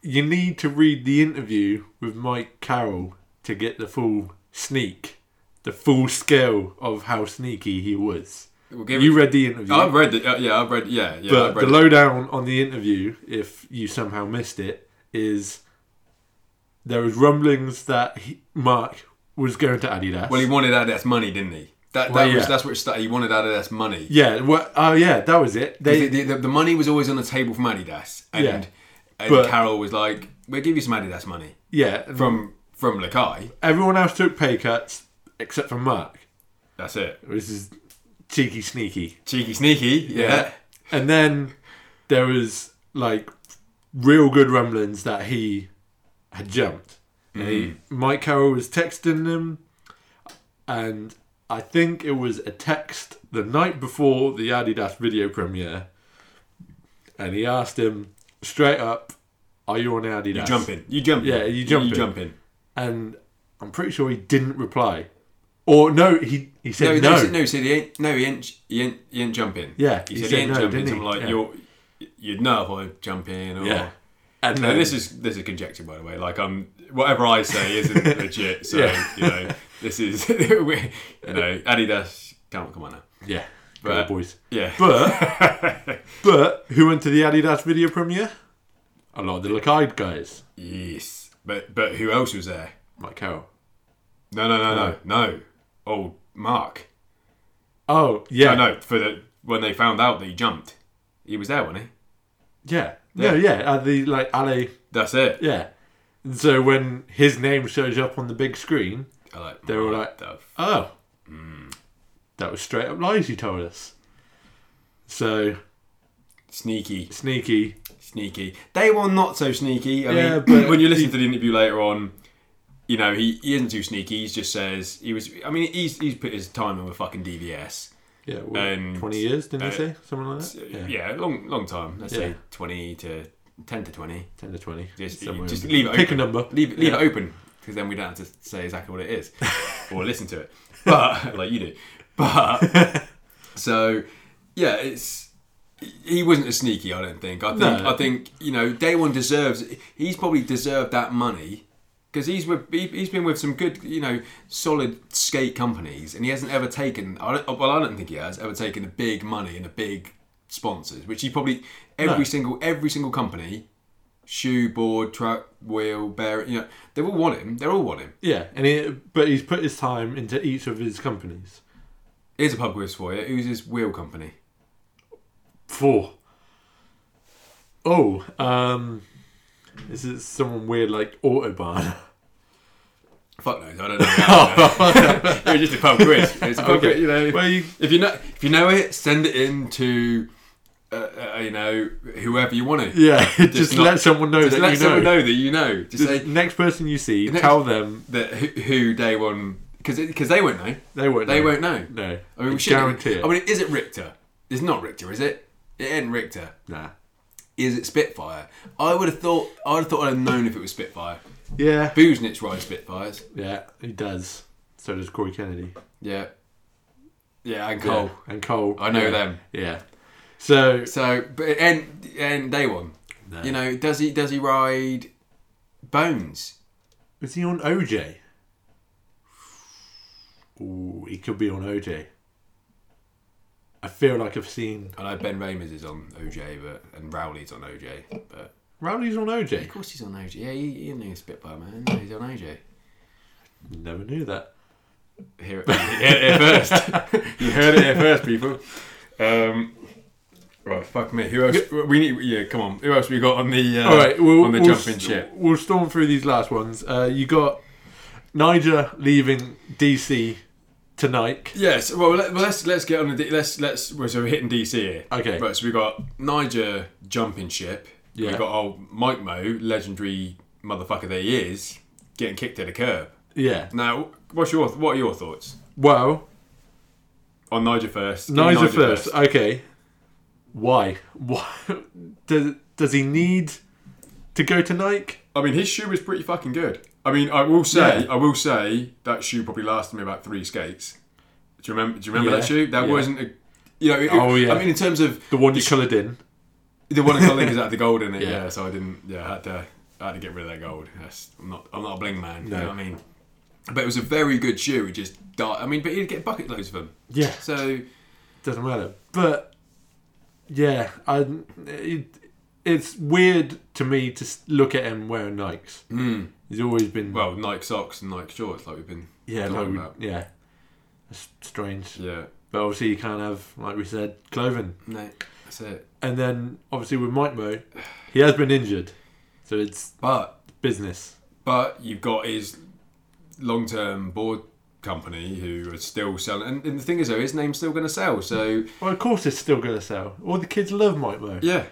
you need to read the interview with Mike Carroll to get the full sneak, the full scale of how sneaky he was.
We'll give
You
it-
read the interview.
I've read the uh, yeah. I've read yeah yeah.
But
I've read
the lowdown on the interview, if you somehow missed it, is there was rumblings that he, Mark was going to Adidas.
Well, he wanted Adidas money, didn't he? That, that
Well,
was
yeah.
that's what it started. He wanted Adidas money.
yeah, well, oh yeah, that was it.
The,
They,
the, the, the money was always on the table from Adidas, and
Yeah.
and
But-
Carol was like, "We'll give you some Adidas money
yeah, and
from from Lakai."
everyone else took pay cuts except for Mark.
That's it.
This is cheeky, sneaky.
Cheeky, sneaky. Yeah.
And then there was like real good rumblings that he had jumped. And
Mm.
he- Mike Carroll was texting him, and I think it was a text the night before the Adidas video premiere. And he asked him straight up, "Are you on Adidas?"
You jumping. You jumping.
Yeah, you jumping.
You jumping.
And I'm pretty sure he didn't reply, or no, he he
No,
said
no,
no.
he said- no, he said he ain't. No, he ain't. He ain't. He ain't jumping.
Yeah,
he, said, he ain't
no,
jumping.
didn't
Something
he?
like
Yeah.
you're, you'd know if I jump in or.
Yeah. And uh,
No,
then
this is this is conjecture, by the way. Like, um, whatever I say isn't legit. So
Yeah.
you know, this is we, you know, Adidas. Come on, come on now.
yeah,
But-
Go boys.
Yeah,
But but who went to the Adidas video premiere? A lot of the Lakide guys.
yes. But but who else was there?
Mike Carroll.
No, no, no, no, no. Oh, Mark.
Oh yeah,
No, no. For the when they found out that he jumped, he was there, wasn't he?
yeah, yeah, yeah. At the like alley,
That's it.
yeah. And so when his name shows up on the big screen,
I like,
They were
what
like-
the f- Mm.
oh, that was straight up lies he told us. So
sneaky,
sneaky.
sneaky. They were not so sneaky. I
Yeah,
mean,
but-
when you listen to the interview later on, you know he, he isn't too sneaky. He just says he was. I mean, he's he's put his time in with fucking DVS.
Yeah, what,
And,
twenty years didn't
uh,
he say something like
So,
that?
yeah. long long time. Let's say
Yeah.
twenty to ten to twenty.
ten to twenty.
Just,
somewhere
just
in
leave it.
between. Pick
open.
a number.
Leave leave
Yeah.
it open because then we don't have to say exactly what it is or listen to it. But like you do. But so yeah, it's he wasn't as sneaky. I don't think. I think
No.
I think you know day one deserves. He's probably deserved that money. Because he's with, he- he's been with some good, you know, solid skate companies, and he hasn't ever taken. I don't, well, I don't think he has ever taken the big money and the big sponsors, which he probably every
No.
single every single company, shoe, board, truck, wheel, bear, you know, they all want him. They all want him.
Yeah, and he, but he's put his time into each of his companies.
Here's a pub quiz for you. Who's his wheel company?
Four. Oh, um, this is someone weird like Autobahn.
Fuck knows. I don't know. I don't know. it was just a pub quiz. It's a pub quiz. You know,
Well, you,
If you know, if you know it, send it in to, uh, uh, you know, whoever you want to.
yeah, just,
not-
let someone know
Just
that
let
you
someone
know.
know. that you know. Just
The
say
next person you see,
The next-
tell them
that who, who day one because because they won't know.
they won't.
They
know.
won't know.
No,
I mean, we should
guarantee it.
I mean, is it Richter? It's not Richter, is it? It ain't Richter.
nah.
Is it Spitfire? I would have thought. I would have thought I'd have known if it was Spitfire.
Yeah,
Booznitz rides Spitfires.
yeah, he does. So does Corey Kennedy.
Yeah. Yeah, and Cole.
Yeah, and Cole.
I know
yeah.
them.
Yeah. So
So, but and and day one,
No.
you know, does he does he ride Bones?
Is he on OJ? Ooh, he could be on OJ. I feel like I've seen
I know Ben Ramers is on OJ, but and Rowley's on OJ, but
Rowley's on
of
OJ.
course he's on OJ. Yeah, he, he ain't a Spitfire man. No, he's on OJ.
Never knew that.
Here, you heard it here first. you heard it here first, people. Um, right, fuck me. Who else? We need. Yeah, come on. Who else we got on the? Uh,
All right, we'll,
on the
we'll
jumping
s-
ship.
We'll storm through these last ones. Uh, you got Niger leaving DC tonight.
Yes. Well, let, well, let's let's get on the D- let's let's well, so we're hitting DC here.
Okay.
Right. So we got Niger jumping ship. We
Yeah.
got old Mike Mo, legendary motherfucker that he is, getting kicked to the curb.
Yeah.
Now, what's your what are your thoughts
Well,
on Niger first? Give me
Niger first. Okay. Why? Why does does he need to go to Nike?
I mean, his shoe was pretty fucking good. I I mean, I will say, I will say that shoe probably lasted me about three skates. Do you remember? Do you remember
Yeah.
that shoe? That
Yeah.
wasn't a, you know. it-
Oh, yeah.
I mean, in terms of
The one you coloured in.
the one that link is out the gold in it.
Yeah.
Yeah. so I didn't. Yeah, I had to. I had to get rid of that gold. That's, I'm not. I'm not a bling man. You
No.
know what I mean? But it was a very good shoe. It just died. I mean, but you'd get bucket loads of them.
Yeah.
So
doesn't matter. But yeah, I it, it's weird to me to s- look at him wearing Nikes. Mm. He's always been
Hmm. well, Nike socks and Nike shorts, like we've been
yeah, like
talking
we,
about.
yeah, that's strange.
Yeah.
But obviously, you can't have like we said clothing.
No, that's it.
And then obviously with Mike Mo, he has been injured, so it's
But
business.
But you've got his long term board company who are still selling. And, and the thing is, though, his name's still going to sell. So,
Well, of course, it's still going to sell. All the kids love Mike Mo.
yeah.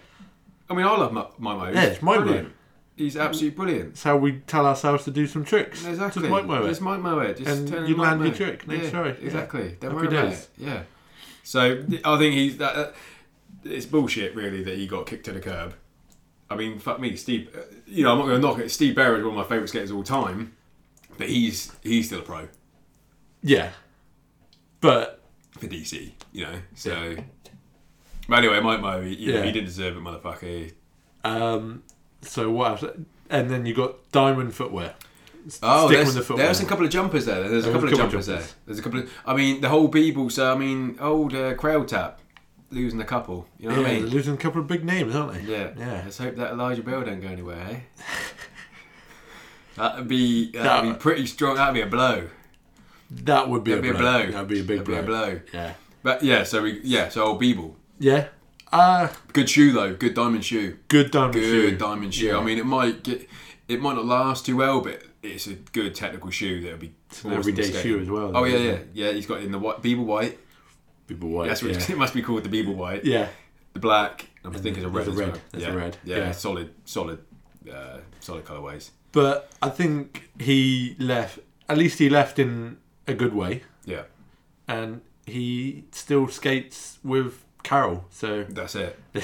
I mean, I love my Mo.
Yeah, it's Mike Mo.
Brilliant. He's absolutely brilliant.
It's how we tell ourselves to do some tricks.
Exactly.
Just Mike Mo. it.
Just Mike Mo. Just
And
turn
you
Mike
land your
Mo.
trick next
yeah,
try. Yeah.
Exactly. Don't
Happy
worry about
days.
it. Yeah. So, th- I think he's. That, that, it's bullshit, really, that he got kicked to the curb. I mean, fuck me, Steve. uh, You know, I'm not going to knock it. Steve Barrett is one of my favourite skaters of all time, but he's he's still a pro.
Yeah, but
for DC, you know. So, but anyway, Mike Mo, he, you know,
Yeah.
he didn't deserve it, motherfucker.
Um, so what else? And then you got diamond footwear.
Oh,
Stick
there's,
with the football.
there's a couple of jumpers there. There's a
There was
couple of jumpers, there. There's a couple of. I mean, the whole Beeble. So I mean, old uh, crowd tap, losing a couple. You know
Yeah,
what I
they're
mean?
losing a couple of big names, aren't they?
Yeah.
yeah.
Let's hope that Elijah Bell don't go anywhere. Eh? that'd be that'd
That-
be pretty strong. That'd be a blow.
That would be, a,
That'd be a
blow.
blow.
That'd be a big
That'd be a blow.
Yeah,
But yeah, so we yeah, so old Beeble.
yeah. Uh
Good shoe though. Good diamond shoe.
good diamond
good
shoe.
diamond shoe. I mean, it might get, it might not last too well, but it's a good technical shoe that'll be.
an everyday
awesome to skate
shoe
in.
as well,
Oh yeah,
isn't
yeah,
it?
yeah. He's got it in the white, Beeble white.
People white.
That's what
yeah.
it's- it must be called, the Beeble white.
yeah,
The black. I'm thinking it's a red.
there's a
as
red,
well.
there's
yeah.
a red,
Yeah,
yeah.
solid, solid, uh, solid colorways.
but I think he left. At least he left in a good way,
Yeah,
and he still skates with Carol. So,
that's it.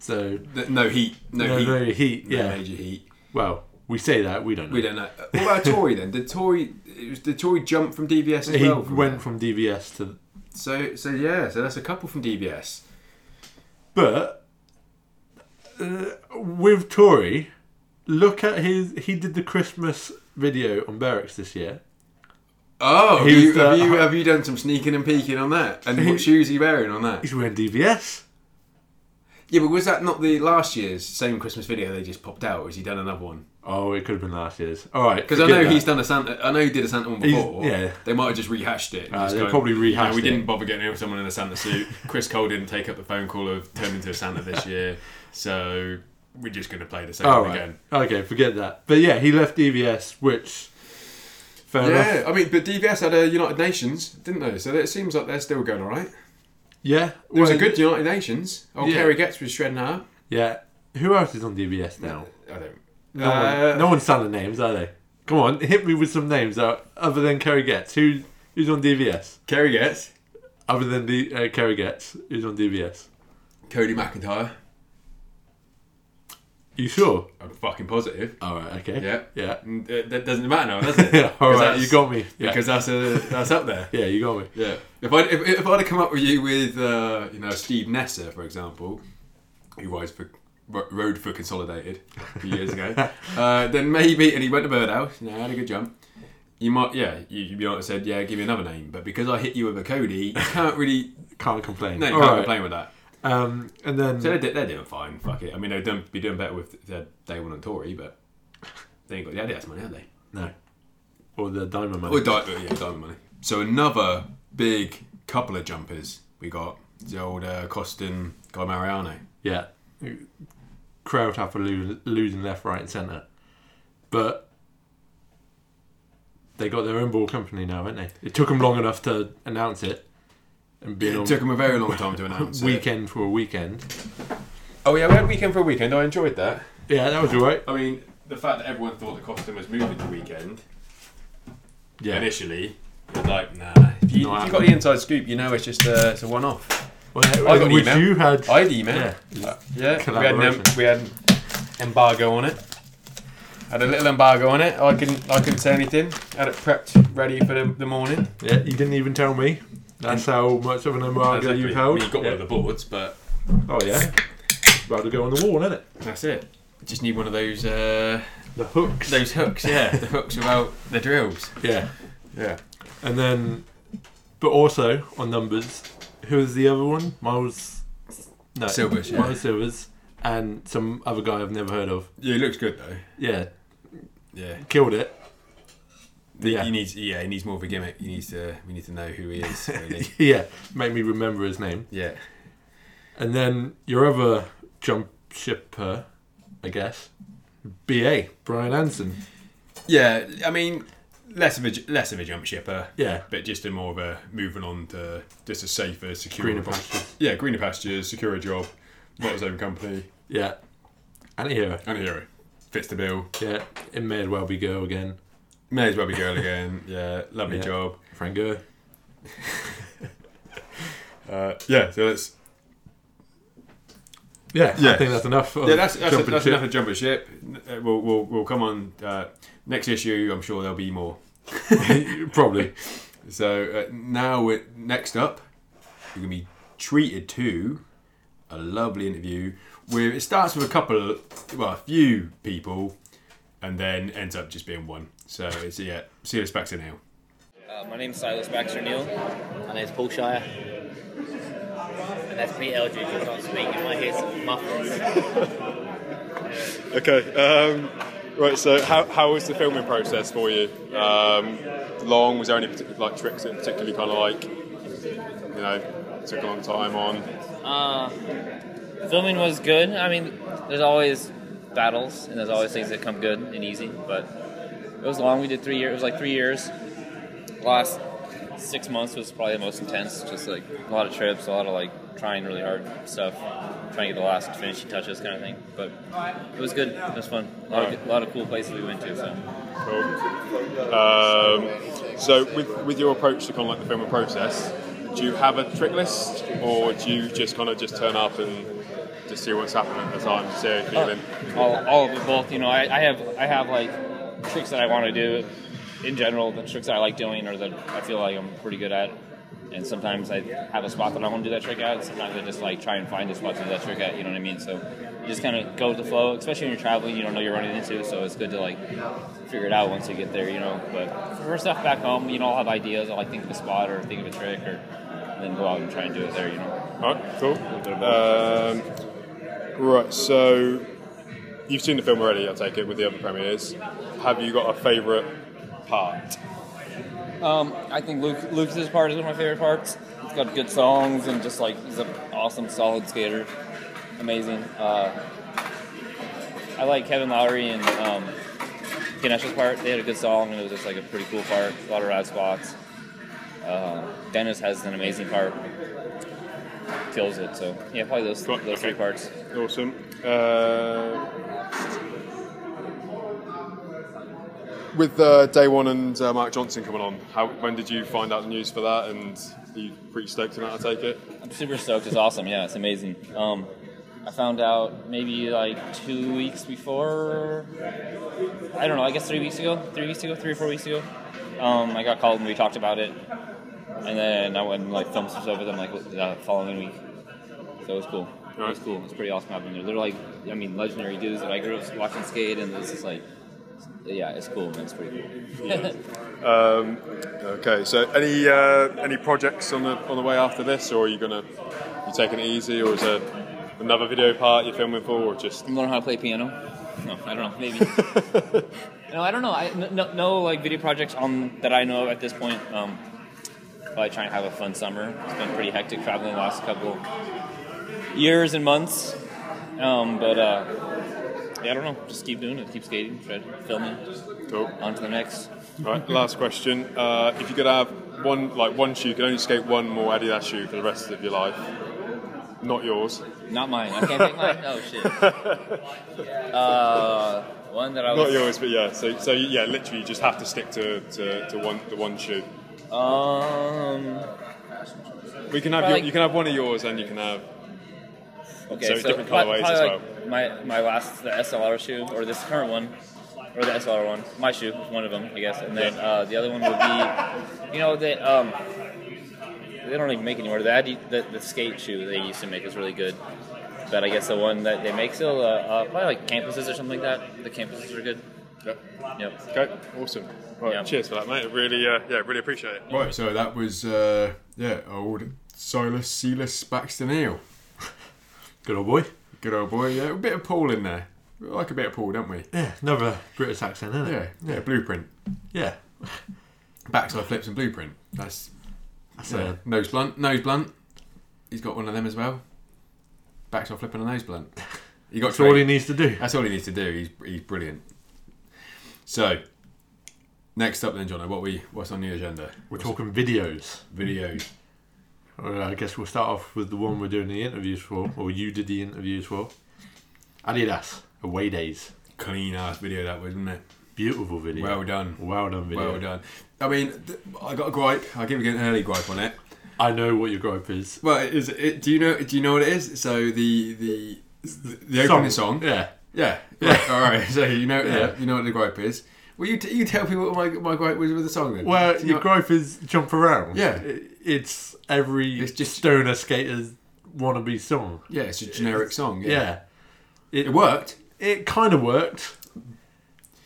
so
Th- No heat. No,
no,
heat.
no heat.
No
Yeah.
major heat.
Well, we say that we don't know.
We don't know. Uh, What about Tory then? Did Tory? It was the Tory jump from DVS as
He
well. from
went
there?
from DVS to
So so yeah. So that's a couple from DVS.
But uh, with Tory, look at his. He did the Christmas video on Barracks this year.
Oh,
He was
you, have,
the-
you, have you done some sneaking and peeking on that? And what shoes are you wearing on that?
He's wearing DVS.
Yeah, but was that not the last year's same Christmas video they just popped out? Or has he done another one?
Oh, it could have been last year's. All right,
Because I know he's done a Santa. I know he did a Santa one
He's-
before.
yeah.
they might have just rehashed it. and
Uh,
just
they
gone,
probably
"You know,
rehashed
we
it."
didn't bother getting someone in a Santa suit. Chris Cole didn't take up the phone call of turning into a Santa this year, so we're just going to play the same
All
one
right.
again.
Okay, forget that. But yeah, he left DVS, which fair
Yeah,
enough.
I mean, but DVS had a United Nations, didn't they? So it seems like they're still going all right.
Yeah,
It was
well,
a good United Nations. Oh,
Yeah.
Kerry Getz was shredding her.
Yeah, who else is on DVS now?
I don't.
No, one, no one's selling names, are they? Come on, hit me with some names uh, other than Kerry Getz. Who who's on DVS?
Kerry Getz.
Other than the uh, Kerry Getz, who's on DVS?
Cody McIntyre.
You sure?
I'm fucking positive.
All right. Okay.
Yeah.
Yeah.
And That that doesn't matter now, does it?
Yeah, all
Because
right,
that's-
you got me. Yeah.
Because that's a, that's up there.
yeah, you got me.
Yeah. If I if, if I'd have come up with you with uh, you know Steve Nesser for example, who rides for ro- rode for Consolidated a few years ago, uh, then maybe and he went to Birdhouse. You know, had a good jump. You might yeah you you might have said yeah give me another name, but because I hit you with a Cody, you can't really
Can't complain.
no you
All
can't
right.
complain with that.
Um, and then
So they're, do- they're doing fine. Fuck it. I mean, they'd done- be doing better with their day one on Tory, but they ain't got the Adidas money, have they?
no, or the diamond man.
Or di- uh, yeah, diamond money. So another big couple of jumpers we got. The old uh, Costin Guy Mariano.
yeah, crowd have for lo- losing left, right, and centre, but they got their own ball company now, haven't they? It took them long enough to announce it and being on
It took him a very long time to announce it.
weekend for a weekend.
Oh yeah, we had weekend for a weekend. I enjoyed that.
Yeah, that was all right.
I mean, the fact that everyone thought the Costin was moving to weekend
Yeah.
initially. was Like nah, if you, if
Not
you got the inside scoop, you know it's just uh, it's a one-off.
Well,
I got an
which
email.
you had.
I had email.
yeah.
Yeah, we had, an,
Collaboration.
we had an embargo on it. Had a little embargo on it. I couldn't. I couldn't say anything. Had it prepped, ready for the, the morning.
Yeah, you didn't even tell me. That's how much of an embargo
Exactly.
you
I mean,
held.
you got
yeah.
one of the boards, but
Oh yeah, about to go on the wall, isn't it?
that's it. Just need one of those uh,
The hooks.
those hooks. Yeah, the hooks without the drills.
Yeah,
Yeah.
and then, but also on numbers, who was the other one? Miles. No,
Silvers, yeah.
Miles Silvers, and some other guy I've never heard of.
Yeah, it looks good though.
Yeah,
Yeah.
killed it. Yeah.
He needs. Yeah, he needs more of a gimmick. He needs to. We need to know who he is. Really.
Yeah, make me remember his name.
yeah.
And then your other jump shipper, I guess, BA, Brian Anson.
Yeah. I mean, less of a ju- less of a jump shipper.
Yeah.
But just a more of a moving on to just a safer, secure.
Greener pastures.
Yeah, greener pastures, secure a job, not his own company,
Yeah. And a hero.
and a hero. Fits the bill.
Yeah. It may as well be Girl again.
May as well be girl again. Yeah, lovely
Yeah.
job.
Frank Gurr.
Uh, yeah, so that's
Yeah, I
Yeah.
think that's enough. Of
yeah, that's that's,
jumping
that's
ship.
enough of jumper ship. Uh, We'll, we'll we'll come on uh, next issue. I'm sure there'll be more.
Probably.
So uh, now we're, next up, you're gonna be treated to a lovely interview where it starts with a couple, well, a few people, and then ends up just being one. So it's yeah, see you back to now.
Uh, my name's Silas Baxter Neal. My name's Paul Shire. And that's Pete Eldridge, who's not speaking. My hair's muffled.
Okay. Um, right. So, how, how was the filming process for you? Um, long? Was there any partic- like tricks that particularly kind of like you know took a long time on?
Uh, Filming was good. I mean, there's always battles, and there's always things that come good and easy, but it was long. We did three years. It was like three years. Last six months was probably the most intense. Just like a lot of trips, a lot of like trying really hard stuff, trying to get the last finishing touches kind of thing. But it was good. It was fun. A lot of, a lot of cool places we went to. So.
Cool. Um, so, with with your approach to kind of like the filming process, do you have a trick list, or do you just kind of just turn up and just see what's happening at the time, see how you're
Uh,
feeling?
all, all of it, both. You know, I, I have I have like tricks that I want to do in general, the tricks that I like doing or that I feel like I'm pretty good at. And sometimes I have a spot that I want to do that trick at. And sometimes I just like try and find a spot to do that trick at. You know what I mean? So you just kind of go with the flow. Especially when you're traveling, you don't know you're running into. So it's good to like figure it out once you get there. You know. But for stuff back home, you know, I'll have ideas. I'll like think of a spot or think of a trick or then go out and try and do it there. You know.
All right, cool. Um, right, so you've seen the film already, I take it, with the other premieres. Have you got a favourite part?
Um, I think Luke, Lucas's part is one of my favorite parts. He's got good songs and just like he's an awesome, solid skater. Amazing. Uh, I like Kevin Lowry and um, Ganesh's part. They had a good song and it was just like a pretty cool part. A lot of rad spots. Uh, Dennis has an amazing part. Kills it. So yeah, probably those
Cool,
those
okay.
three parts.
Awesome. Uh, with uh, Day One and uh, Mark Johnson coming on, how, when did you find out the news for that? And are you pretty stoked on that, I take it?
I'm super stoked. It's awesome. Yeah, it's amazing. Um, I found out maybe like two weeks before. I don't know. I guess three weeks ago, three weeks ago, three or four weeks ago. Um, I got called and we talked about it, and then I went and like filmed some stuff with them like the following week. So it was cool. It was
Right.
cool. It was pretty awesome having there. They're like, I mean, legendary dudes that I grew up watching skate, and this is like, yeah, it's cool, man. It's pretty cool.
Um, okay, so any uh, any projects on the on the way after this, or are you gonna you taking it easy, or is there another video part you're filming for, or just
learn how to play piano. No, I don't know. Maybe. no, I don't know. I n- no, no like video projects on that I know of at this point. Um, probably trying to have a fun summer. It's been pretty hectic traveling the last couple years and months. Um, but uh, yeah, I don't know. Just keep doing it. Keep skating, try filming.
Cool.
On to the next.
Right, last question. Uh, if you could have one, like one shoe, you could only skate one more Adidas shoe for the rest of your life. Not yours.
Not mine. I can't pick mine. Oh shit. Uh, one that I was.
Not yours, but yeah. So, so yeah, literally, you just have to stick to, to, to one the one shoe.
Um.
We can have
Well,
your,
like-
you can have one of yours, and you can have
Okay,
So different
pro-
colourways
probably
as
like My my last the SLR shoe or this current one or the SLR one. My shoe, is one of them, I guess. And then uh, the other one would be, you know, they um, they don't even make anymore. That the, the skate shoe they used to make is really good, but I guess the one that they make still, uh, uh, probably like campuses or something like that. The campuses are good.
Yep.
Yep.
Okay. Awesome. Right.
Yeah.
Cheers for that, mate. Really, uh, yeah, really appreciate it.
Right, so that was uh, yeah, old Silas Silas Baxter Neal.
Good old boy.
Good old boy, yeah. A bit of Paul in there. We like a bit of Paul, don't we?
Yeah, another British accent, isn't
Yeah,
it?
yeah, blueprint.
Yeah.
Backside flips and blueprint. That's
That's
yeah.
a
nose blunt. Nose blunt. He's got one of them as well. Backside flip and a nose blunt. He got
That's all
three.
he needs to do.
That's all he needs to do. He's he's brilliant. So next up then, Jono, what we what's on the agenda?
We're talking videos.
Videos.
Well, I guess we'll start off with the one we're doing the interviews for, or you did the interviews for. Adidas away days,
Clean ass video that was, wasn't it?
beautiful video.
Well done.
well done video.
Well done. I mean, th- I got a gripe. I'll give you an early gripe on it.
I know what your gripe is.
Well, it is it? Do you know? Do you know what it is? So the the the opening song.
yeah.
Yeah. Right, all right. So you know. Yeah.
Yeah.
You know what the gripe is. Well, you t- you tell people what my my gripe was with the song then.
Well,
Do you
your
know-
gripe is jump around.
Yeah.
It- it's every
It's just-
stoner skater's wannabe song.
Yeah, it's a generic song. Yeah.
Yeah, it
It worked.
It kind of worked,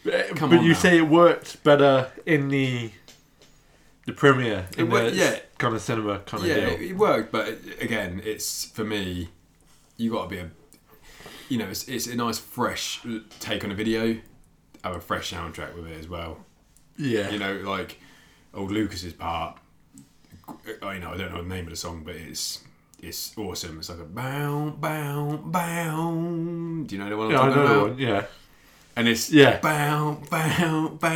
but,
Come
but
on
you
now.
say it worked better in the the premiere, in
wor-
the
yeah.
kind of cinema kind of
Yeah,
deal.
it, it worked, but again, it's for me. You got to be a, you know, it's it's a nice fresh take on a video. Have a fresh soundtrack with it as well.
yeah,
you know, like oh, old Lucas's part. I know I don't know the name of the song, but it's it's awesome. It's like a bow, bow, bow. Do you know the one I'm
Yeah, I
talking
know that
about?
one. Yeah,
And it's
Yeah.
bow, bow, bow.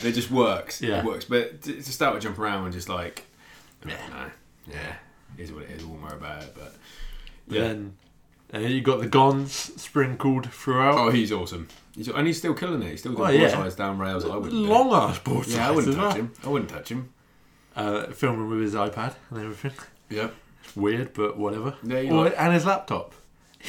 And it just works.
Yeah.
It works. But to, to start with jump around and just like, yeah, no, yeah, it is what it is. We'll worry about it. But
But Then and you got the Gons sprinkled throughout.
oh, he's awesome. He's, and he's still killing it. He's still doing
Oh,
board
yeah.
sides down rails. I wouldn't. do.
Long ass board
Yeah, I
sides
wouldn't
as
touch
well.
him. I wouldn't touch him.
Uh, filming with his iPad and everything.
Yep.
Weird, but whatever.
Yeah, you
or,
like-
and his laptop.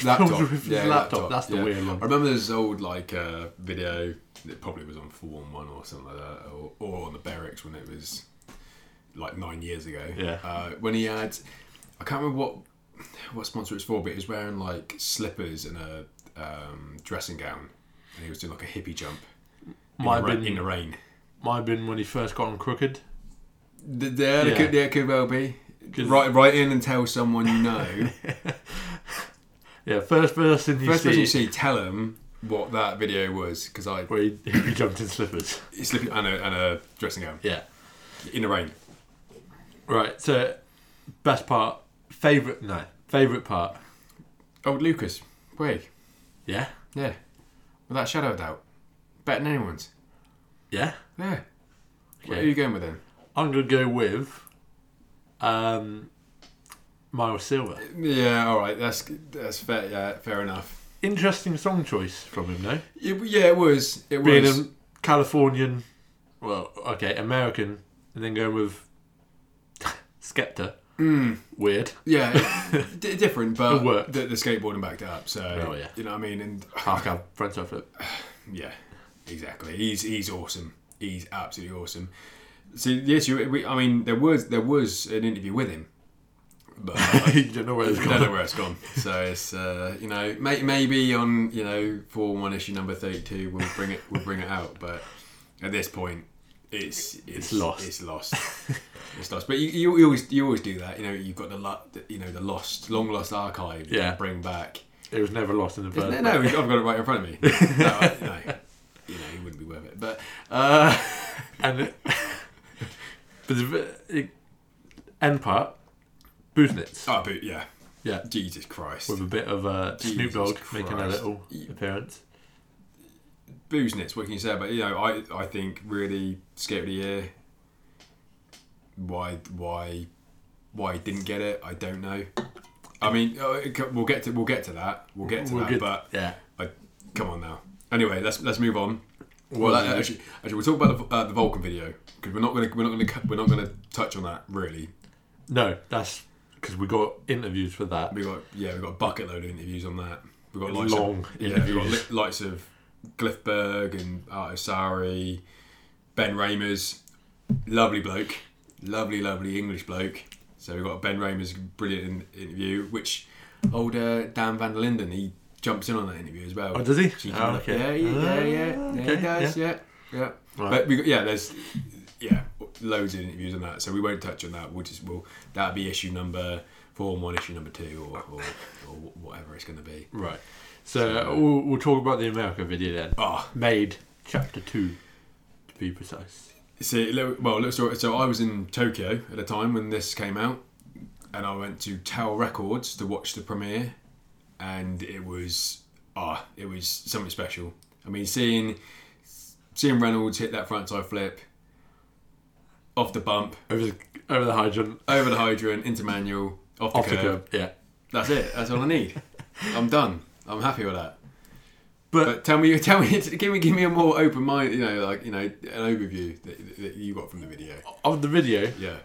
laptop.
Comes with his laptop. That's the weird one.
I remember this old like uh, video. It probably was on four one one or something like that, or, or on the barracks when it was like nine years ago.
Yeah.
Uh, when he had, I can't remember what what sponsor it's for, but he was wearing like slippers and a um, dressing gown, and he was doing like a hippie jump in,
Might
the,
have
ra-
been-
in the rain.
Might have been when he first got on
Th-
Crooked.
There, there,
Yeah.
could, there could well be.
'Cause-
Write, write in and tell someone you know.
Yeah, first person you
First
see.
person you see, tell them what that video was because I
Where he, he jumped in slippers.
It's slipping and a, and a dressing gown
Yeah.
in the rain.
Right, so best part, favourite, no, favourite part.
Old Oh, Lucas, wait,
Yeah,
yeah, without a shadow of doubt, better than anyone's.
yeah.
Yeah. Where are
Okay.
you going with him?
I'm going to go with um, Miles Silver.
Yeah, all right, that's that's fair. Yeah, fair enough.
Interesting song choice from him, though.
It, yeah, it was. It
being
was.
a Californian, well, okay, American, and then going with Skepta. Weird.
Hmm. Mm. yeah, it- d- different, but
It worked.
the, the skateboarding backed it up. So
Oh, yeah.
you know what I mean. And
Half cab front side flip.
yeah, exactly. He's he's awesome. He's absolutely awesome. See, the issue. We, I mean, there was there was an interview with him, but
you don't know where it's
I don't know
going.
where it's gone. So it's uh, you know may, maybe on you know four one issue number thirty two we'll bring it we'll bring it out, but at this point it's it's,
lost.
It's lost. it's lost. But you, you, you always you always do that. You know you've got the lo- the- you know the lost long lost archive. that you
Yeah.
bring back.
It was never lost in the first
No, no, I've got it right in front of me. No, I, no. You know, it wouldn't be worth it. But uh,
And it, but the it, end part, Booznitz.
oh, but yeah,
Yeah.
Jesus Christ,
With a bit of uh, Snoop
Jesus
Dogg making a
Christ.
little
You-
appearance.
Booznitz, what can you say? But you know, I I think really skate of the year. Why why why he didn't get it? I don't know. I mean, uh, it co- we'll get to we'll get to that. We'll get to
We'll
that.
get-
but
yeah.
I, come on now. Anyway, let's let's move on. Well,
Well,
uh, actually, actually, we'll talk about the, uh, the Vulcan video because we're not gonna we're not gonna cu- we're not gonna touch on that really.
No, that's because we got interviews for that.
We got yeah, we got a bucket load of interviews on that. We got lights
Long
of, yeah, we got
interviews.
li- lights of Glifberg and Art Osari, Ben Ramers, lovely bloke, lovely, lovely English bloke. So we've got Ben Ramers, brilliant in- interview, which old uh, Dan van der Linden, he jumps in on that interview as well.
Oh, does he?
So you
Oh,
can-
okay. Ah,
Yeah, yeah, yeah, yeah, yeah,
okay,
he does, yeah, yeah.
Right.
But we got, yeah, there's yeah, loads of interviews on that. So we won't touch on that. We'll just we'll that'll be issue number four, and one issue number two, or or, or whatever it's going to be.
Right. So uh, we'll, we'll talk about the America video then.
Ah.
Made chapter two, to be precise.
See, look- well, look, so, so I was in Tokyo at the time when this came out, and I went to Tower Records to watch the premiere, and it was ah, it was something special. I mean, seeing seeing Reynolds hit that frontside flip off the bump,
Over the over the hydrant,
over the hydrant, into manual, off the,
off the
curb.
curb. Yeah.
That's it. That's all I need. I'm done. I'm happy with that. But, tell me, tell me, give me, give me a more open mind. You know, like you know, an overview that, that you got from the video.
Of the video,
Yeah.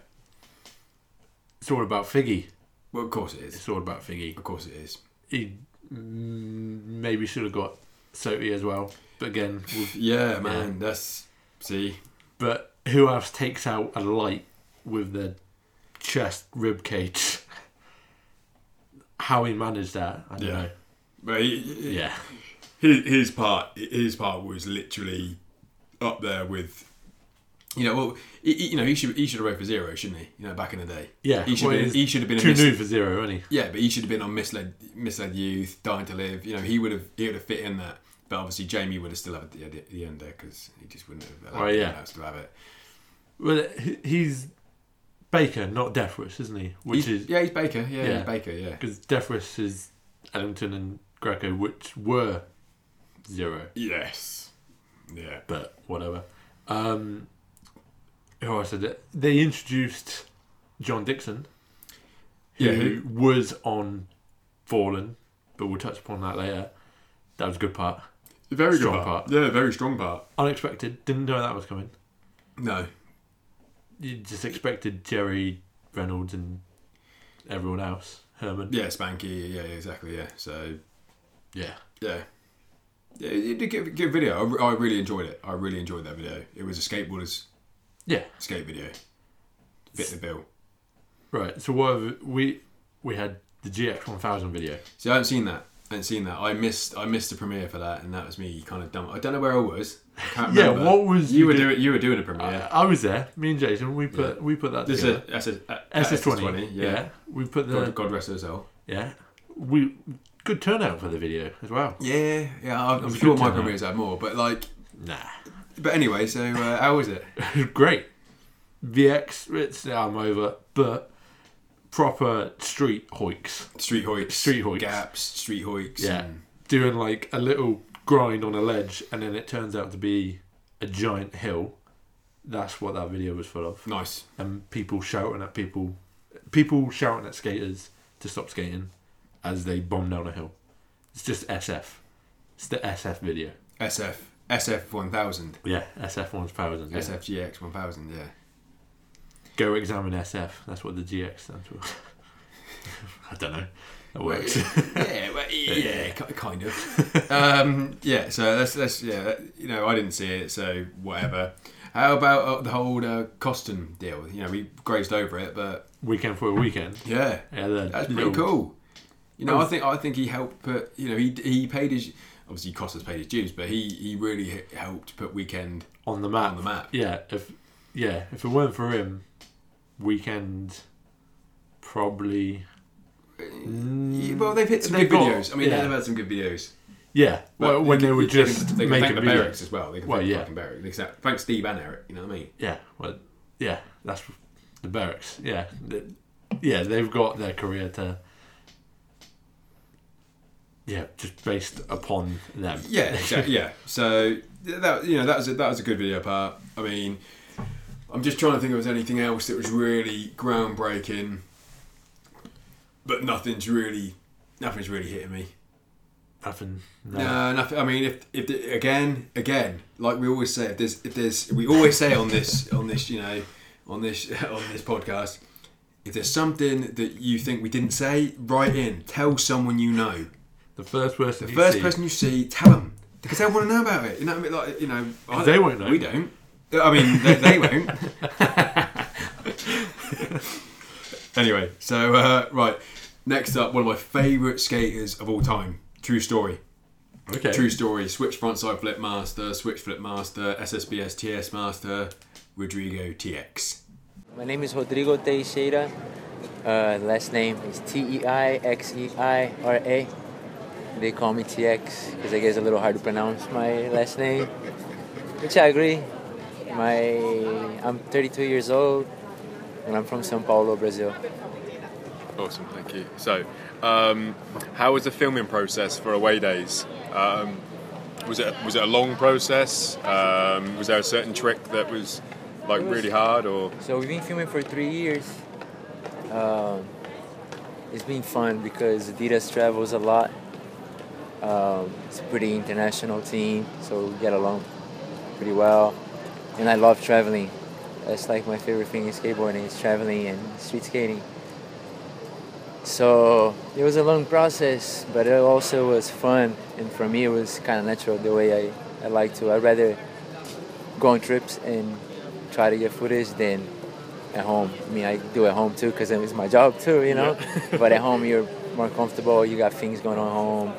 it's all about Figgy.
Well, of course it is.
It's all about Figgy.
Of course it is.
He mm, maybe should have got Soti as well, but again, we'll
Yeah, man. That's see.
but who else takes out a light with their chest rib cage? How he managed that, I don't
Yeah.
know.
But he- he-
Yeah,
his, his part, his part was literally up there with. You know, well, he, he- you know, he should he should have rode for zero, shouldn't he? You know, back in the day.
yeah.
He should
well,
have been,
he's
he should have been a
too
mis-
new for zero, isn't he?
Yeah, but he should have been on misled, misled youth, dying to live. You know, he would have, he would have fit in that. But obviously, Jamie would have still had the, the, the end there because he just wouldn't have allowed
Oh,
anyone
yeah.
else to have it.
Well, he- he's Baker, not Deferus, isn't he? Which
He's-
is
yeah, he's Baker. Yeah,
Yeah.
he's Baker. Yeah,
because Deferus is Ellington and Greco, which were zero,
yes, yeah,
but whatever. Um, who else did it? They introduced John Dixon, who
yeah. who-
was on Fallen, but we'll touch upon that later. That was a good part.
Very
Strong
good part.
part.
Yeah, very strong part.
Unexpected. Didn't know that was coming.
No,
You just expected Jerry Reynolds and everyone else. Herman.
yeah, Spanky. Yeah, yeah, exactly. Yeah, so
Yeah.
yeah, yeah you did good, good video. I, re- I really enjoyed it. I really enjoyed that video. It was a skateboarder's
Yeah.
skate video. Fit the bill.
Right. So what have we we had the GX one thousand video.
See, I haven't seen that. I haven't seen that. I missed. I missed the premiere for that, and that was me kind of dumb. I don't know where I was. I can't
Yeah,
remember.
what was
you,
you
were
do-
doing? You were doing a premiere.
I, I was there. Me and Jason. We put we put that
This
together.
is a, uh,
SS twenty.
Yeah.
Yeah. We put the
God, God rest her soul.
yeah. We good turnout for the video as well.
Yeah, yeah. I'm, I'm
was a
sure
good
my
turnout.
premieres had more, but like,
Nah.
but anyway. So uh, how was it?
great. VX, it's I'm over, but proper street hoiks.
Street hoiks,
Street hoiks.
gaps, street hoiks.
Yeah.
and-
Doing like a little grind on a ledge and then it turns out to be a giant hill. That's what that video was full of.
nice.
And people shouting at people people shouting at skaters to stop skating as they bomb down a hill. It's just SF. It's the SF video.
SF SF one thousand.
Yeah, SF one's thousand. Yeah.
SFGX one thousand. Yeah.
Go examine SF. That's what the GX stands for. I don't know. That works.
yeah, well, yeah, ki- kind of. um, yeah, so that's that's yeah. that- You know, I didn't see it, so whatever. How about uh, the whole uh, Coston deal? You know, we grazed over it, but
weekend for a weekend.
yeah,
Yeah, the
that's pretty
little-
cool. You know, I think I think he helped put. You know, he he paid his obviously Costa's paid his dues, but he he really h- helped put weekend.
on the map.
On the map.
Yeah, if yeah, if it weren't for him, weekend probably
Mm,
Mm,
Well, they've hit some good
they've got-
videos. I mean,
yeah.
they've had some good videos.
yeah. Well,
But
when
can-
they were
can-
just
they can
making
thank the Barracks
videos.
as well. They can
Well,
thank
yeah.
fucking Barracks. Except- Thanks Steve and Eric. You know what I mean?
Yeah, well, yeah, that's the barracks. Yeah, The- yeah, they've got their career to. Yeah, just based upon them.
Yeah, exactly. yeah. So th- that you know that was a, that was a good video part. I mean, I'm just trying to think if there's anything else that was really groundbreaking, but nothing's really nothing's really hitting me.
Nothing. No.
No, nothing. I mean, if if the, again again like we always say, if there's if there's we always say on this on this you know on this on this podcast. If there's something that you think we didn't say, write in. Tell someone you know.
The first person.
The
you
first
see-
person you see, tell them. because they want to know about it. You know, what I mean, like you know, I-
They won't know.
We don't. I mean, they, they won't. anyway, so uh, right, next up, one of my favourite skaters of all time. True story.
Okay.
True story. Switch frontside flip master, switch flip master, SSBS TS master, Rodrigo TX.
My name is Rodrigo Teixeira. Uh, last name is T E I X E I R A. They call me TX because I guess it's a little hard to pronounce my last name, which I agree. My I'm 32 years old and I'm from São Paulo, Brazil.
Awesome, thank you. So, um, how was the filming process for Away Days? Um, was it was it a long process? Um, was there a certain trick that was like really hard, or
So we've been filming for three years. Um, it's been fun because Adidas travels a lot. Um, it's a pretty international team, so we get along pretty well. And I love traveling. That's like my favorite thing in skateboarding is traveling and street skating. So it was a long process, but it also was fun. And for me, it was kind of natural the way I, I like to. I'd rather go on trips and try to get footage than at home. I mean, I do at home too because it's my job too, you know. but at home, you're more comfortable. You got things going on at home.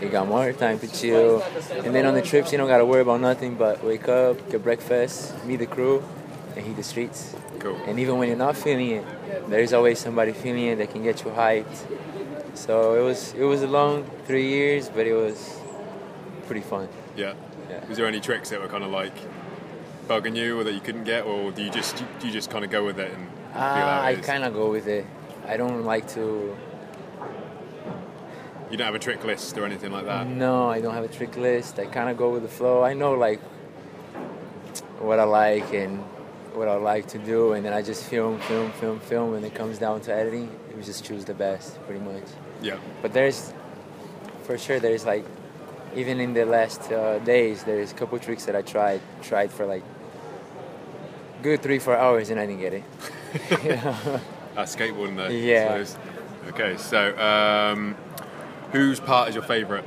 You got more time to chill. And then on the trips, you don't gotta worry about nothing but wake up, get breakfast, meet the crew, and hit the streets.
Cool.
And even when you're not feeling it, there's always somebody feeling it that can get you hyped. So it was it was a long three years, but it was pretty fun.
yeah?
Yeah.
Was there any tricks that were kind of like bugging you, or that you couldn't get, or do you just do you just kind of go with it and feel
Uh,
how it
I
is?
kind of go with it. I don't like to.
You don't have a trick list or anything like that.
No, I don't have a trick list. I kind of go with the flow. I know like what I like and what I like to do, and then I just film, film, film, film. When it comes down to editing, we just choose the best, pretty much.
Yeah,
But there's, for sure, there's like, even in the last uh, days, there's a couple tricks that I tried, tried for like good three, four hours, and I didn't get it.
that's skateboarding though. I
Yeah.
suppose. Okay, so um, whose part is your favourite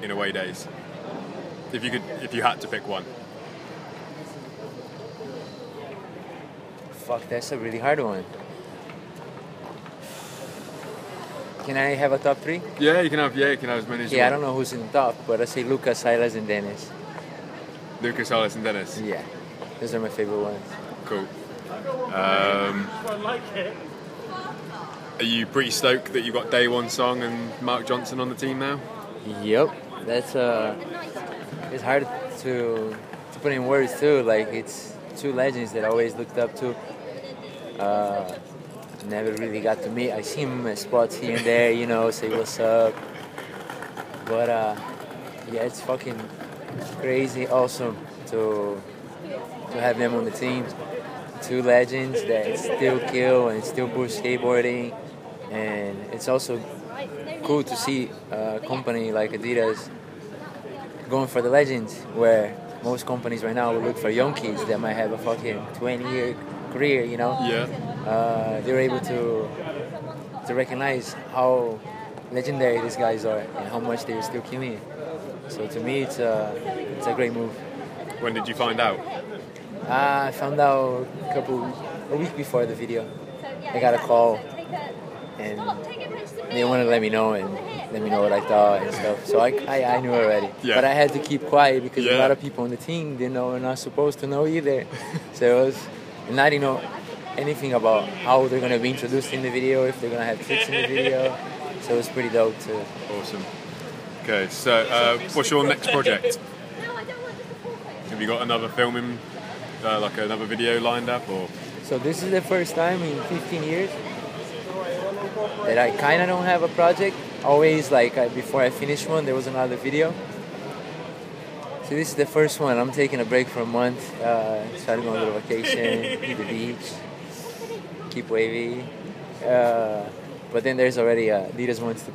in Away Days? If you could, if you had to pick one.
Fuck, that's a really hard one. Can I have a top three?
Yeah, you can have. Yeah, you can have as many as
Yeah, I
you
don't
want.
know who's in top, but I say Lucas, Silas, and Dennis.
Lucas, Alice, and Dennis.
Yeah, those are my favorite ones.
Cool. Um, are you pretty stoked that you've got Day One Song and Mark Johnson on the team now?
Yep, that's uh, it's hard to to put in words too. Like it's two legends that I always looked up to. Uh, never really got to meet. I see him at spots here and there, you know, say what's up. But uh, yeah, it's fucking crazy, awesome to to have them on the team. Two legends that still kill and still push skateboarding, and it's also cool to see a company like Adidas going for the legends, where most companies right now will look for young kids that might have a fucking 20-year career, you know
Yeah.
uh, they were able to to recognize how legendary these guys are and how much they are still killing it. So to me, it's a it's a great move.
When did you find out?
Uh, I found out a couple a week before the video. I got a call and they wanted to let me know and let me know what I thought and stuff. So I, I, I knew already,
Yeah.
but I had to keep quiet because a
Yeah.
lot of people on the team didn't know and not supposed to know either. so it was, and I didn't know anything about how they're gonna be introduced in the video, if they're gonna have tricks in the video. So it was pretty dope too.
Awesome. Okay, so uh, what's your next project? Have you got another filming, uh, like another video lined up, or
So this is the first time in 15 years that I kind of don't have a project. Always like I, before I finish one, there was another video. So this is the first one. I'm taking a break for a month. Uh, starting on a little vacation, to the beach, keep wavy. Uh, but then there's already uh, Adidas wants to.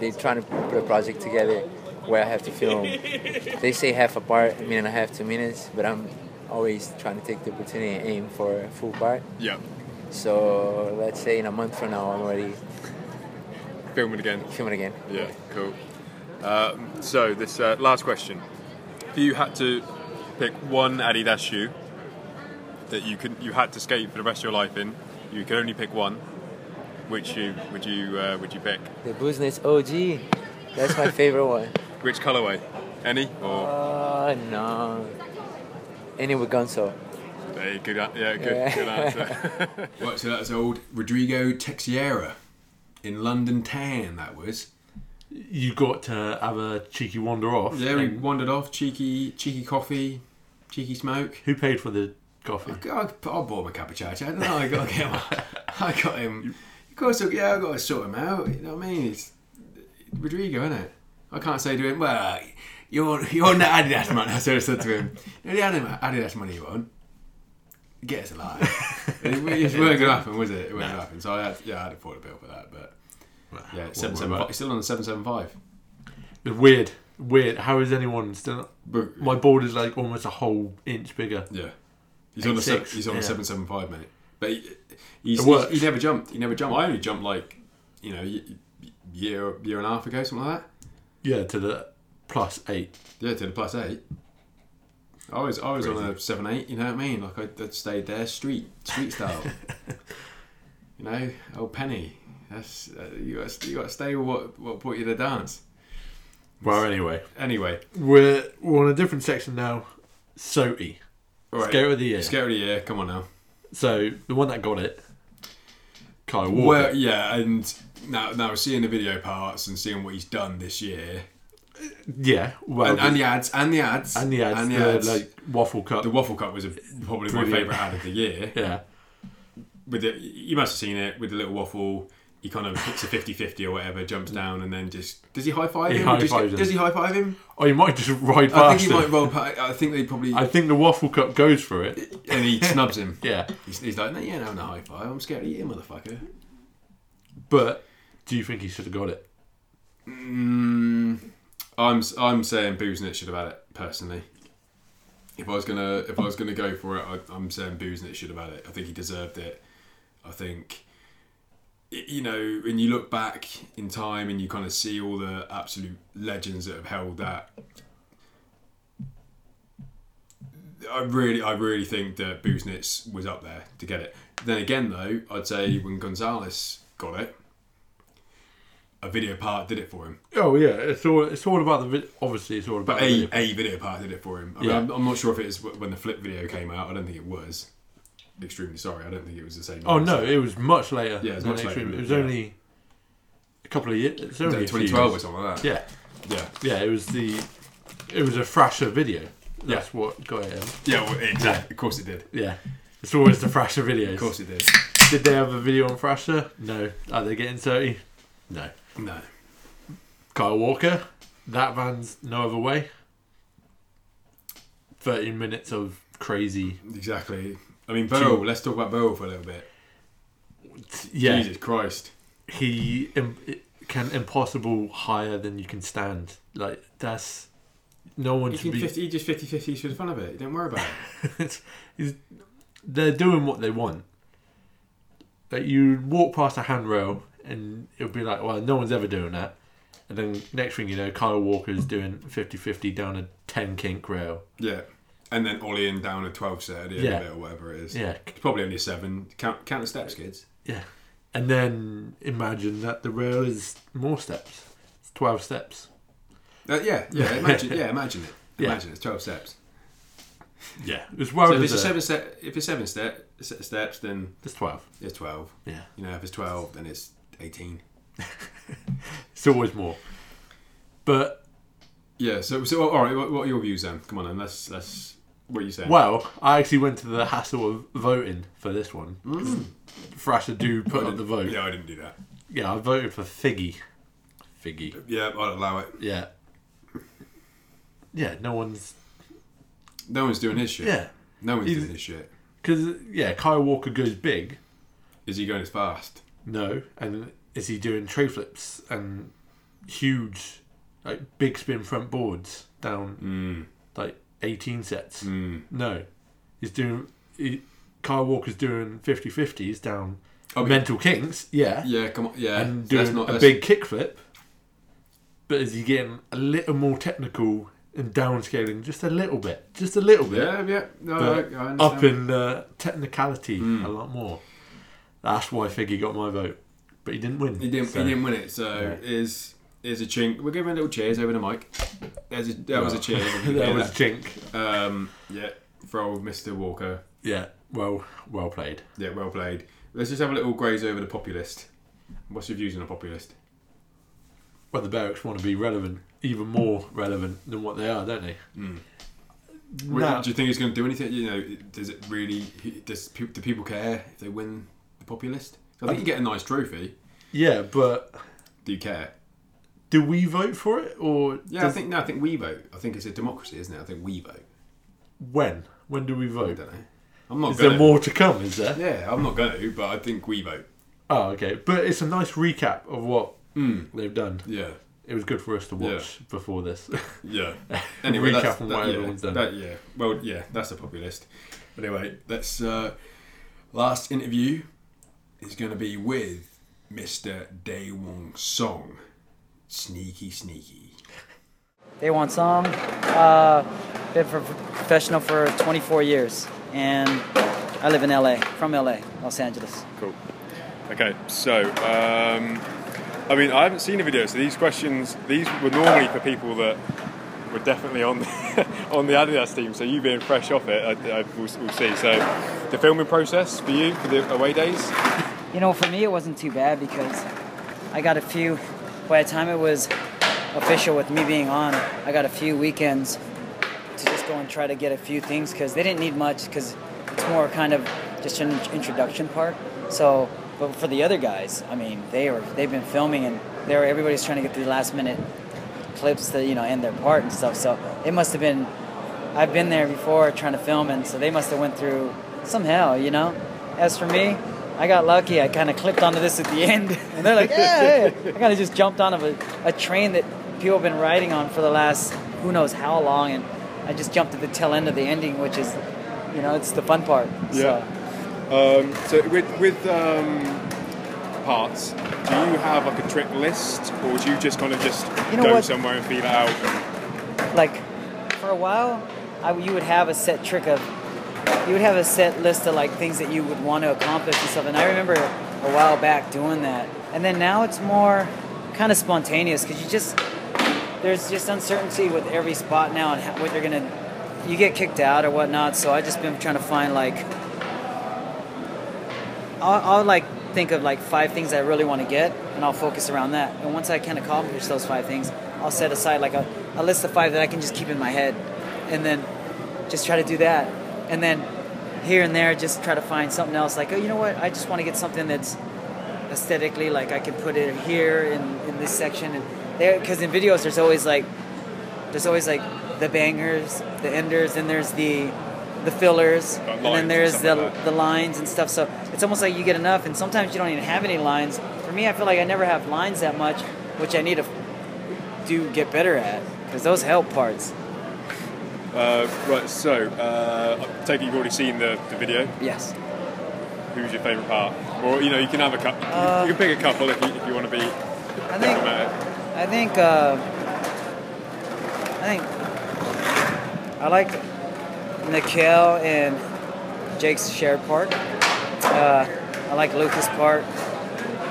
They're trying to put a project together where I have to film. They say half a part, a minute and a half, two minutes, but I'm always trying to take the opportunity and aim for a full part.
yeah,
So let's say in a month from now, I'm already
filming again?
filming again.
Yeah, cool. Um, so this uh, last question: If you had to pick one Adidas shoe that you could, you had to skate for the rest of your life in, you could only pick one. Which shoe would you uh, would you pick?
The business OG. That's my favorite one.
Which colorway? Any or
Uh, no. Any with Gonzo.
Hey, good, a- yeah, good,
Yeah.
good answer.
Right, so that's old Rodrigo Texiera in London Town. That was.
You got to Uh, have a cheeky wander off.
Yeah, we
And
wandered off. Cheeky, cheeky coffee, cheeky smoke.
Who paid for the coffee?
God, I bought my cappuccino. No, I got him. I got him. Of course, yeah, I got to sort him out. You know what I mean? It's Rodrigo, isn't it? I can't say to him, well, you're you're not Adidas man. That's what I said to him. You're the Adidas Adidas money you want. Get us a lie. it, wa- it weren't going to happen, was it? It weren't going to happen. So I had, yeah, I had to afford a bill for that, but yeah, it's seven seven five. It's still on the seven seven five.
It's weird. Weird. How is anyone still? My board is like almost a whole inch bigger.
Yeah, he's on a se-
86,
he's on a
yeah.
seven seven five, mate. But he, he's,
It
he's,
works.
he never jumped. He never jumped. I only jumped like you know y- y- year year and a half ago, something like that.
Yeah, to the plus eight.
Yeah, to the plus eight. I was I was on a seven eight. You know what I mean? Like I, I stayed there, street street style. you know, old penny. That's uh, you got you got to stay with what what brought you the dance.
Well, anyway,
Anyway,
we're we're on a different section now. Soti.
all right.
Scare of the year.
Scare of the year. Come on now.
So the one that got it, Kyle Walker.
Well, yeah, and now now seeing the video parts and seeing what he's done this year.
yeah. Well,
and, and the ads, and the ads,
and the ads,
and the
the,
ads.
like waffle cup.
the waffle cup was a, probably my
Brilliant.
favourite ad of the year.
yeah.
With the, you must have seen it with the little waffle. He kind of hits a 50-50 or whatever, jumps down, and then just does he high five
Mm. He
him? Or just-
high-fives him.
Does he high five him?
Oh, you might just ride
I
past
think he
it.
might roll. pa I think they probably
I think the waffle cup goes for it.
and he snubs him.
Yeah.
He's, he's like, no, yeah, no, no high five. I'm scared of you, motherfucker.
But do you think he should have got it?
Mm, I'm I'm saying Booznit should have had it personally. If I was gonna if I was gonna go for it, I, I'm saying Booznit should have had it. I think he deserved it. I think y- you know when you look back in time and you kind of see all the absolute legends that have held that. I really, I really think that Booznitz was up there to get it. Then again, though, I'd say when Gonzalez got it, a video part did it for him.
Oh yeah, it's all it's all about the vid- obviously it's all about
But
the
a,
video.
a video part did it for him. I mean,
Yeah.
I'm, I'm not sure if it is wh- when the flip video came out. I don't think it was. Extremely sorry. I don't think it was the same.
Oh no, it was much later.
Yeah, it was
than
much later
Extreme.
than
It was
that, yeah.
only a couple of years. It's
It was
only
like
a few
2012 or
years.
something like that.
Yeah,
Yeah.
yeah, it was the it was a thrasher video. That's what got him.
Yeah. Well, exactly. Of course it did.
Yeah, it's always the thrasher videos.
Of course it did.
Did they have a video on thrasher? No. Are they getting thirty? No.
No.
Kyle Walker, that van's no other way. Thirteen minutes of crazy.
Exactly. I mean, Burrell. Let's talk about Burrell for a little bit.
Yeah,
Jesus Christ.
he im- can impossible higher than you can stand. Like that's no one
He,
should be.
just 50 50 for the fun of it. Don't worry about it.
He's- they're doing what they want. Like you walk past a handrail and it'll be like, well, no one's ever doing that. And then next thing you know, Kyle Walker's doing 50-50 down a ten kink rail.
yeah. And then Ollieing down a 12 set at the end
Yeah.
of it or whatever it is.
Yeah,
It's probably only a seven. Count, count the steps, kids.
yeah. And then imagine that the rail is more steps. It's twelve steps.
Uh, yeah. Yeah. Imagine. yeah. Imagine it.
Yeah.
Imagine it's 12 steps.
Yeah, it's well
So if it's a
deserved.
seven step, if it's seven step se- steps, then
It's twelve.
it's twelve.
Yeah,
You know, if it's twelve, then it's eighteen.
it's always more. But
Yeah. So, so all right. What, what are your views then? Come on, then. Let's let's. What are you saying?
Well, I actually went to the hassle of voting for this one. Thrasher do put up the vote. Yeah.
Yeah, Mm. I didn't do that.
I voted for Figgy. Figgy.
Yeah, I'll allow it.
Yeah. Yeah, no one's.
No one's doing his shit.
Yeah.
No one's
He's-
doing his shit.
Because, yeah, Kyle Walker goes big.
Is he going as fast?
No. And is he doing tray flips and huge, like, big spin front boards down,
Hmm.
like, 18 sets? No. He's doing. He, Kyle Walker's doing 50 50s down
Oh, but-
mental kinks. Yeah.
Yeah. Come on. Yeah.
and
So
doing a big kickflip. but is he getting a little more technical and downscaling just a little bit, just a little bit,
Yeah, yeah. No, I, I
but
understand.
up in the uh, technicality a lot more. That's why Figgy got my vote, but he didn't win.
He didn't.
so-
He didn't win it. So is is a chink. We're giving a little cheers over the mic. There's a, that was a cheers.
That was Jink.
um, yeah, for old Mister Walker.
Yeah, well, well played.
Yeah, well played. Let's just have a little graze over the populist. What's your views on the populist?
Well, the Barracks want to be relevant, even more relevant than what they are, don't they? No.
Hmm. Do you think it's going to do anything? You know, does it really? Does pe- do people care if they win the populist? I think you get a nice trophy.
Yeah, but
Do you care?
do we vote for it or
Yeah, I
does-
think no. I think we vote. I think it's a democracy, isn't it? I think we vote.
when? When do we
I
vote?
don't know. I'm not
Is
going.
there more to come? Is there?
Yeah, I'm not going to, but I think we vote.
Oh, okay. But it's a nice recap of what they've done.
Mm. Yeah,
It was good for us to watch before this.
yeah.
recap
that's-
on
that-
what
yeah,
everyone's done.
that- yeah. Well, yeah, that's a populist. Anyway, that's uh, last interview is going to be with Mr. Dae Wong Song. Sneaky, sneaky.
They want some. Uh, been for professional for 24 years, and I live in LA, from LA, Los Angeles.
Cool. Okay, so um, I mean, I haven't seen the video, so these questions these were normally for people that were definitely on the, on the Adidas team. So you being fresh off it, I, I, we'll, we'll see. So the filming process for you for the away days.
You know, for me, it wasn't too bad because I got a few. By the time it was official with me being on, I got a few weekends to just go and try to get a few things because they didn't need much because it's more kind of just an int- introduction part. So, but for the other guys, I mean, they were they've been filming and they were everybody's trying to get the last minute clips that you know end their part and stuff. So it must have been. I've been there before trying to film, and so they must have went through some hell, you know. As for me, I got lucky. I kind of clipped onto this at the end, and they're like, "Yeah!" yeah." I kind of just jumped onto a, a train that people have been riding on for the last who knows how long, and I just jumped at the tail end of the ending, which is, you know, it's the fun part. So.
Um, so with with um, parts, do you have like a trick list, or do you just kind of just
You know
go
what?
somewhere and feel it out?
like for a while I, you would have a set trick of you would have a set list of like things that you would want to accomplish and stuff and i remember a while back doing that and then now it's more kind of spontaneous because you just there's just uncertainty with every spot now and how, what they're gonna you get kicked out or whatnot so i just been trying to find like I'll, I'll like think of like five things I really want to get, and I'll focus around that. And once I can accomplish those five things, I'll set aside like a, a list of five that I can just keep in my head, and then just try to do that. And then here and there, just try to find something else. Like, oh, you know what? I just want to get something that's aesthetically like I can put it here in, in this section and there. Because in videos, there's always like there's always like the bangers, the enders, and there's the the fillers,
Got
and
lines
then
and
there's
stuff
the
like that.
the lines and stuff. So it's almost like you get enough, and sometimes you don't even have any lines. For me, I feel like I never have lines that much, which I need to do get better at because those help parts.
Uh, right. So uh, I take it you've already seen the, the video.
Yes.
Who's your favourite part? Or you know, you can have a couple. you can pick a couple if you, if you want to be.
I
doesn't
think
matter.
I think uh, I think I like Nikhil and Jake's shared part. Uh, I like Lucas' part.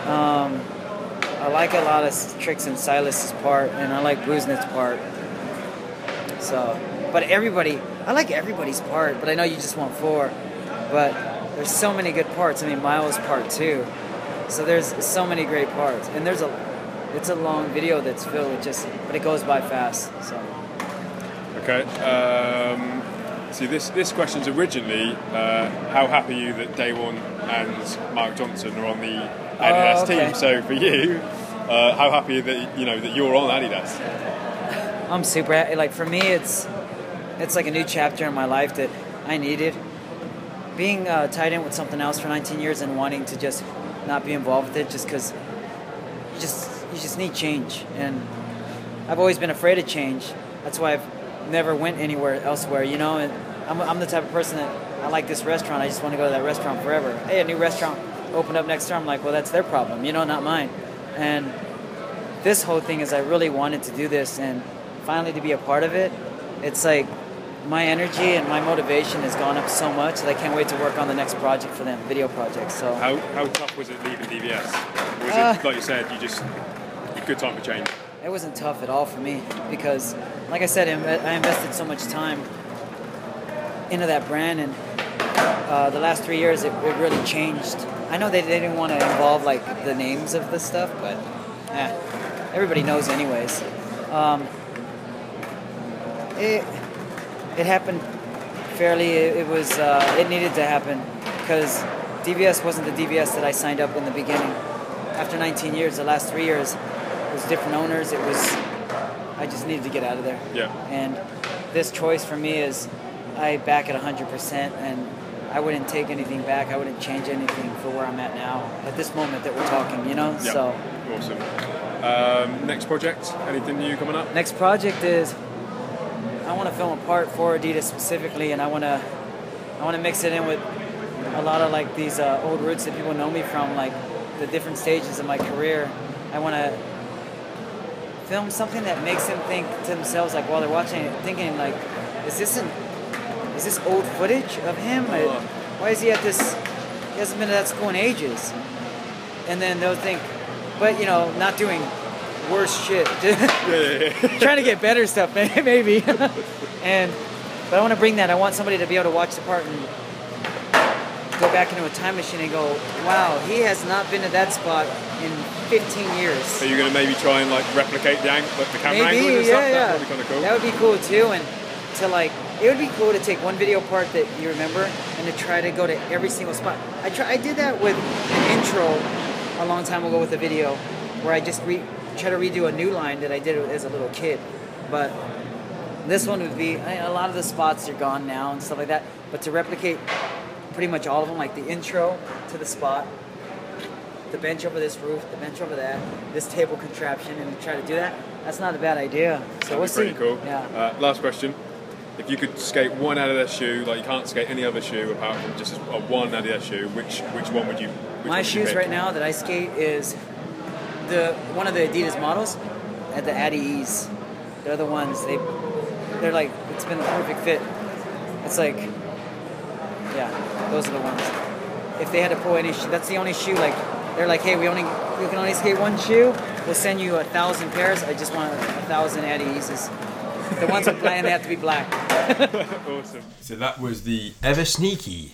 Um, I like a lot of tricks in Silas's part, and I like Booznit's part. So, but everybody, I like everybody's part. But I know you just want four. But there's so many good parts. I mean, Miles' part too. So there's so many great parts, and there's a. It's a long video that's filled with just, but it goes by fast. So.
Okay. Um, see, this this question's originally uh, how happy are you that Day One and Mark Johnson are on the Adidas
Oh, okay.
team. So for you, uh, how happy that you know that you're on Adidas?
I'm super happy. Like for me, it's it's like a new chapter in my life that I needed. Being uh, tied in with something else for 19 years and wanting to just not be involved with it, just because you just you just need change. And I've always been afraid of change. That's why I've never went anywhere elsewhere. You know, and I'm, I'm the type of person that I like this restaurant. I just want to go to that restaurant forever. Hey, a new restaurant opened up next door. I'm like, well, that's their problem. You know, not mine. And this whole thing is I really wanted to do this and finally to be a part of it. It's like my energy and my motivation has gone up so much that I can't wait to work on the next project for them, video project. So
How, how tough was it leaving DVS? Or was
Uh,
it, like you said, you just, good time for change?
it wasn't tough at all for me because, like I said, I inve- I invested so much time into that brand, and uh, the last three years it, it really changed. I know they, they didn't want to involve like the names of the stuff, but eh, everybody knows anyways. Um, it it happened fairly. It, it was uh, it needed to happen because DVS wasn't the DVS that I signed up in the beginning. After 19 years, the last three years it was different owners. It was I just needed to get out of there.
Yeah.
And this choice for me is I back at 100% and I wouldn't take anything back. I wouldn't change anything for where I'm at now at this moment that we're talking, you know?
Yeah.
So
Awesome. Um, next project? Anything new coming up?
next project is I want to film a part for Adidas specifically and I want to I want to mix it in with a lot of like these uh, old roots that people know me from like the different stages of my career. I want to film something that makes them think to themselves like while they're watching it thinking like is this an is this old footage of him I- why is he at this he hasn't been to that school in ages and then they'll think but you know not doing worse shit trying to get better stuff may- maybe and but i want to bring that i want somebody to be able to watch the part and go back into a time machine and go wow he has not been to that spot in 15 years
Are you going to maybe try and like replicate the, ang- like, the camera
Maybe,
angles and
yeah,
stuff?
yeah.
That'd be kind of cool.
That would be cool too, and to like, it would be cool to take one video part that you remember and to try to go to every single spot. I try, I did that with an intro a long time ago with a video where I just re, try to redo a new line that I did as a little kid, but this one would be I- a lot of the spots are gone now and stuff like that, but to replicate pretty much all of them, like the intro to the spot. The bench over this roof, the bench over that, this table contraption, and try to do that. That's not a bad idea. So
That'd
we'll
be pretty
see.
cool.
Yeah.
Uh, last question. If you could skate one Adidas shoe, like you can't skate any other shoe apart from just a one Adidas shoe, which which one would you? Which one would
My
you
shoes
pick?
right now that I skate is the one of the Adidas models at the Adies. They're the ones they they're like it's been the perfect fit. It's like yeah, those are the ones. If they had to pull any, shoe, that's the only shoe like they're like, hey, we only you can only skate one shoe. We'll send you a thousand pairs. I just want a thousand Adieses. The ones with black, and they have to be black.
awesome.
So that was the ever sneaky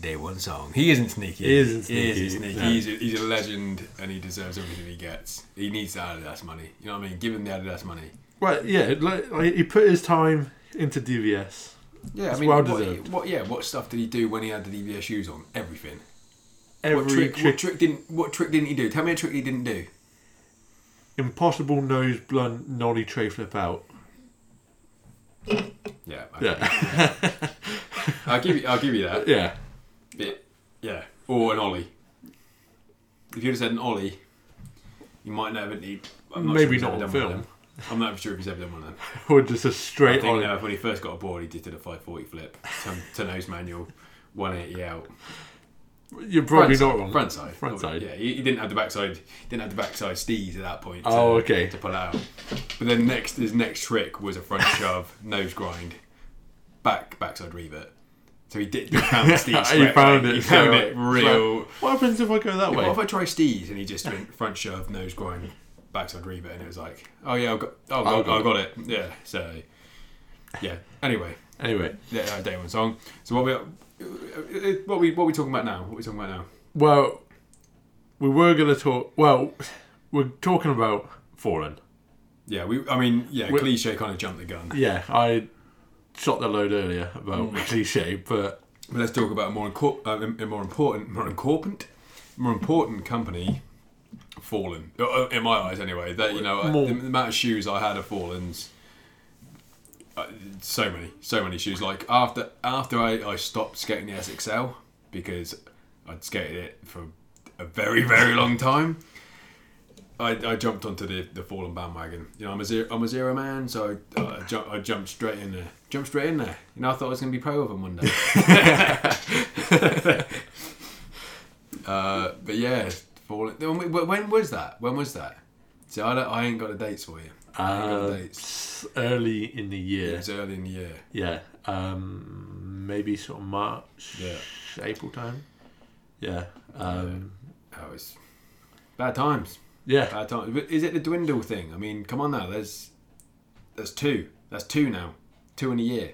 day one song. He isn't sneaky.
He isn't
He
sneaky,
isn't sneaky.
no.
He's, a, he's a legend and he deserves everything he gets. He needs the Adidas money. You know what I mean? Give him the Adidas money.
Well, yeah, like, like, he put his time into DVS.
Yeah,
It's
I mean,
well
what,
deserved.
what, yeah, what stuff did he do when he had the DVS shoes on? Everything.
Every
what trick,
trick-
What trick didn't? What trick didn't he do? Tell me a trick he didn't do.
impossible nose blunt nollie tray flip out.
Yeah, I-
Yeah,
I'll give you. I'll give you that.
yeah.
Bit, yeah, or an ollie. If you'd have said an ollie, you might not have. He, I'm not
Maybe
sure he's
not
ever
on
done one of
film.
them. I'm not sure if he's ever done one of them.
Or just a
I
straight
think
on.
no, when he first got aboard, he just did a 540 flip, to, to nose manual, 180 out.
You're probably
Front
not
side-
wrong.
Front side.
Front side.
Yeah, he, he didn't have the backside. Didn't have the backside stees at that point. to-
Oh, okay.
To pull out. But then next, his next trick was a front shove, nose grind, back backside revert. So he did. He found the stees.
he
straight
found
away.
it.
He found
straight
it
away.
real.
It's like, what happens if I go that
What if
way?
I try stees and he just went front shove, nose grind, backside revert, and it was like, oh yeah, I've got, oh, I got, I got it. Yeah. So, yeah. Anyway,
Anyway,
yeah, uh, day one song. So what we, uh, uh, what we, what we talking about now? What we talking about now?
well, we were going to talk. Well, we're talking about Fallen.
Yeah, we. I mean, yeah,
We-
cliche kind of jumped the gun. Mm.
Yeah, I shot the load earlier about cliche, but
But let's talk about a more, incor- uh, a more important, more important, more important company. Fallen Uh, uh, in my eyes, anyway. That you know, I-
More-
the, the amount of shoes I had of Fallens. Uh, so many, so many shoes. Like after after I, I stopped skating the SXL because I'd skated it for a very very long time. I, I jumped onto the, the fallen bandwagon. You know, I'm a zero, I'm a zero man, so I, I, ju- I jumped straight in there. Jumped straight in there. You know, I thought I was going to be pro of them one day. uh, but yeah, fallen. When, when was that? When was that? See, I, don't, I ain't got the dates for you. I ain't got
Uh,
the dates.
s- early in the
It
year.
was early in the year.
Yeah. Um, maybe sort of March,
Yeah.
April time. Yeah. Um,
That was bad times.
yeah.
Bad times. But Is it the dwindle thing? I mean, come on now. There's there's two. That's two now. Two in a year.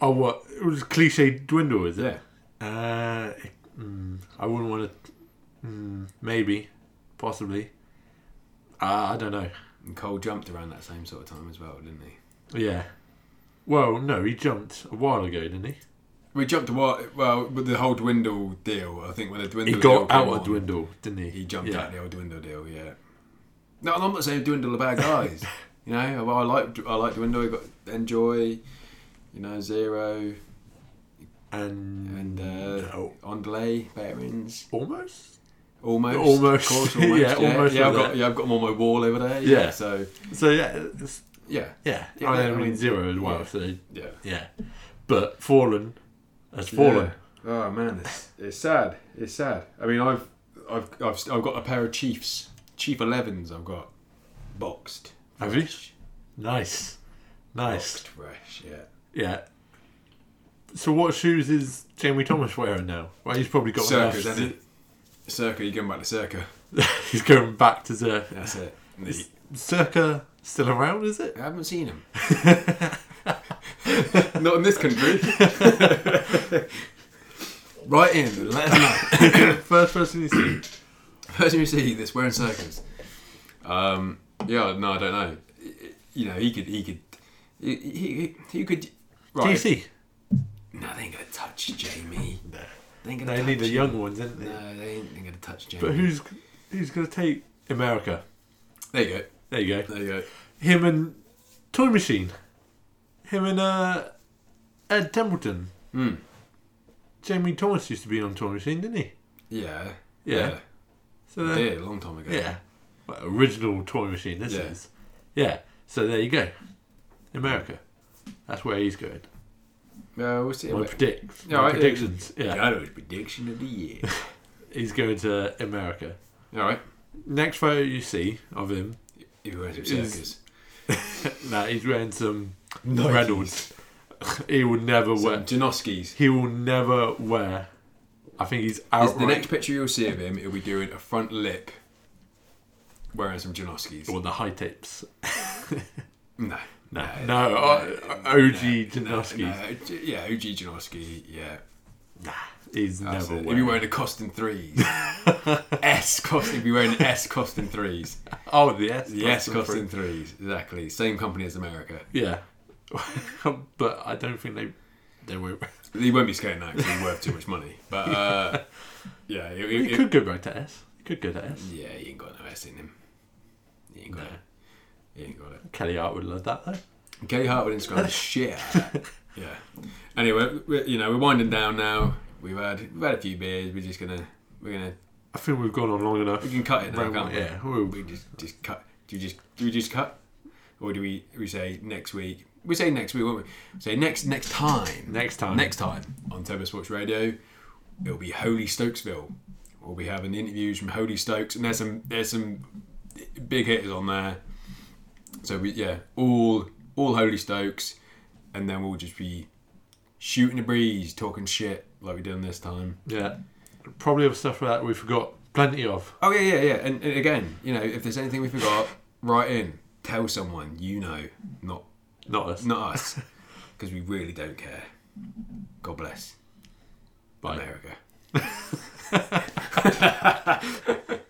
Oh, what? It was cliche dwindle, is
Yeah.
it? Uh, it- mm, I wouldn't want to. Mm, maybe. Possibly. Uh, I don't know.
And Cole jumped around that same sort of time as well, didn't he?
Yeah. Well, no, he jumped a while ago, didn't he?
We jumped a while. Well, with the whole dwindle deal, I think when the dwindle
He
deal
got
came
out of
on,
dwindle, didn't he?
he jumped
yeah.
out the old dwindle deal. Yeah. No, I'm not saying dwindle are bad guys. you know, I, I like I like dwindle. Got enjoy. You know, zero
And,
and uh,
no.
Ondelay, Bearings,
almost.
almost, of
Almost.
course,
Yeah,
almost, yeah,
almost
yeah, I've
like
got,
that.
yeah, I've got them on my wall over there. Yeah,
Yeah.
so
So yeah, it's,
yeah,
yeah.
Yeah,
I
I
mean,
mean,
zero as well.
yeah.
So
yeah,
yeah, but fallen has fallen.
Yeah. Oh man, it's, it's sad. It's sad. I mean, I've, I've, I've, I've got a pair of Chiefs, Chief Elevens. I've got boxed,
Have you? Nice, nice.
boxed fresh. Yeah.
Yeah. So what shoes is Jamie Thomas wearing now? Well, he's probably got
Circa,
enough.
isn't Circa, you're going back to Circa.
he's going back to the
That's it.
circa. Still around, is it?
I haven't seen him. Not in this country. right in. Let us know.
First person you see.
person you see that's wearing circles. Um, yeah, no, I don't know. You know, he could, he could, he, he, he could. Right.
DC.
No, they ain't gonna touch Jamie. They ain't gonna
They
touch.
need the
him.
young ones, didn't they?
No, they ain't, they ain't gonna touch Jamie.
But who's who's going to take America?
There you
There you
go.
go.
There you go.
Him and Toy Machine. Him and uh, Ed Templeton.
Hmm.
Jamie Thomas used to be on Toy Machine, didn't he?
Yeah.
Yeah. So
Yeah.
uh,
Dear, long time ago.
yeah, Well, original Toy Machine. This
Yeah.
is. Yeah. So there you go. America. That's where he's going.
Uh, we'll see.
My,
about-
predict,
Yeah,
my
I-
predictions. Yeah.
Gallo's prediction of the year.
he's going to America.
All right.
Next photo you see of him,
He wears some
Is-
circus.
nah, he's wearing some Reynolds. he will never wear.
Some Janoskis.
He will never wear. I think he's
Is
outright.
The next picture you'll see of him, he'll be doing a front lip, wearing some Janoskis.
or the high tapes.
No.
No,
No,
no, uh, OG Janowski.
No, J- yeah, OG Janowski, yeah.
He's
that's
never
it. He'd be
wearing.
wearing a Costin threes. S cost he'd be wearing S Costin threes.
oh, the S.
The S Costin threes, exactly. Same company as America.
Yeah, but I don't think they they won't.
He won't be skating that because he's worth too much money. But uh, yeah, it,
He
it- it-
could go back to S. He could go to S.
yeah, he ain't got no S in him. He ain't got it. He ain't got it.
Kelly Hart would love that though.
Kelly Hart would Instagram the shit. out of that. Yeah. Anyway, we're, you know we're winding down now. We've had we've had a few beers. We're just gonna we're gonna
I think we've gone on long enough.
We can cut it now,
Round
can't
one,
we?
yeah, we'll-
we just just cut. Do you just do we just cut, or do we we say next week? We say next week, won't we? we say next next time.
Next time.
Next time on Turbo Sports Radio, it'll be Holy Stokesville. We'll be having interviews from Holy Stokes, and there's some there's some big hitters on there. So we yeah, all all Holy Stokes, and then we'll just be shooting the breeze, talking shit like we done this time.
Yeah, probably other stuff that we forgot plenty of.
Oh yeah, yeah, yeah. And, and again, you know, if there's anything we forgot, write in. Tell someone you know, not
Not us.
not us, because we really don't care. God bless
Bye.
America.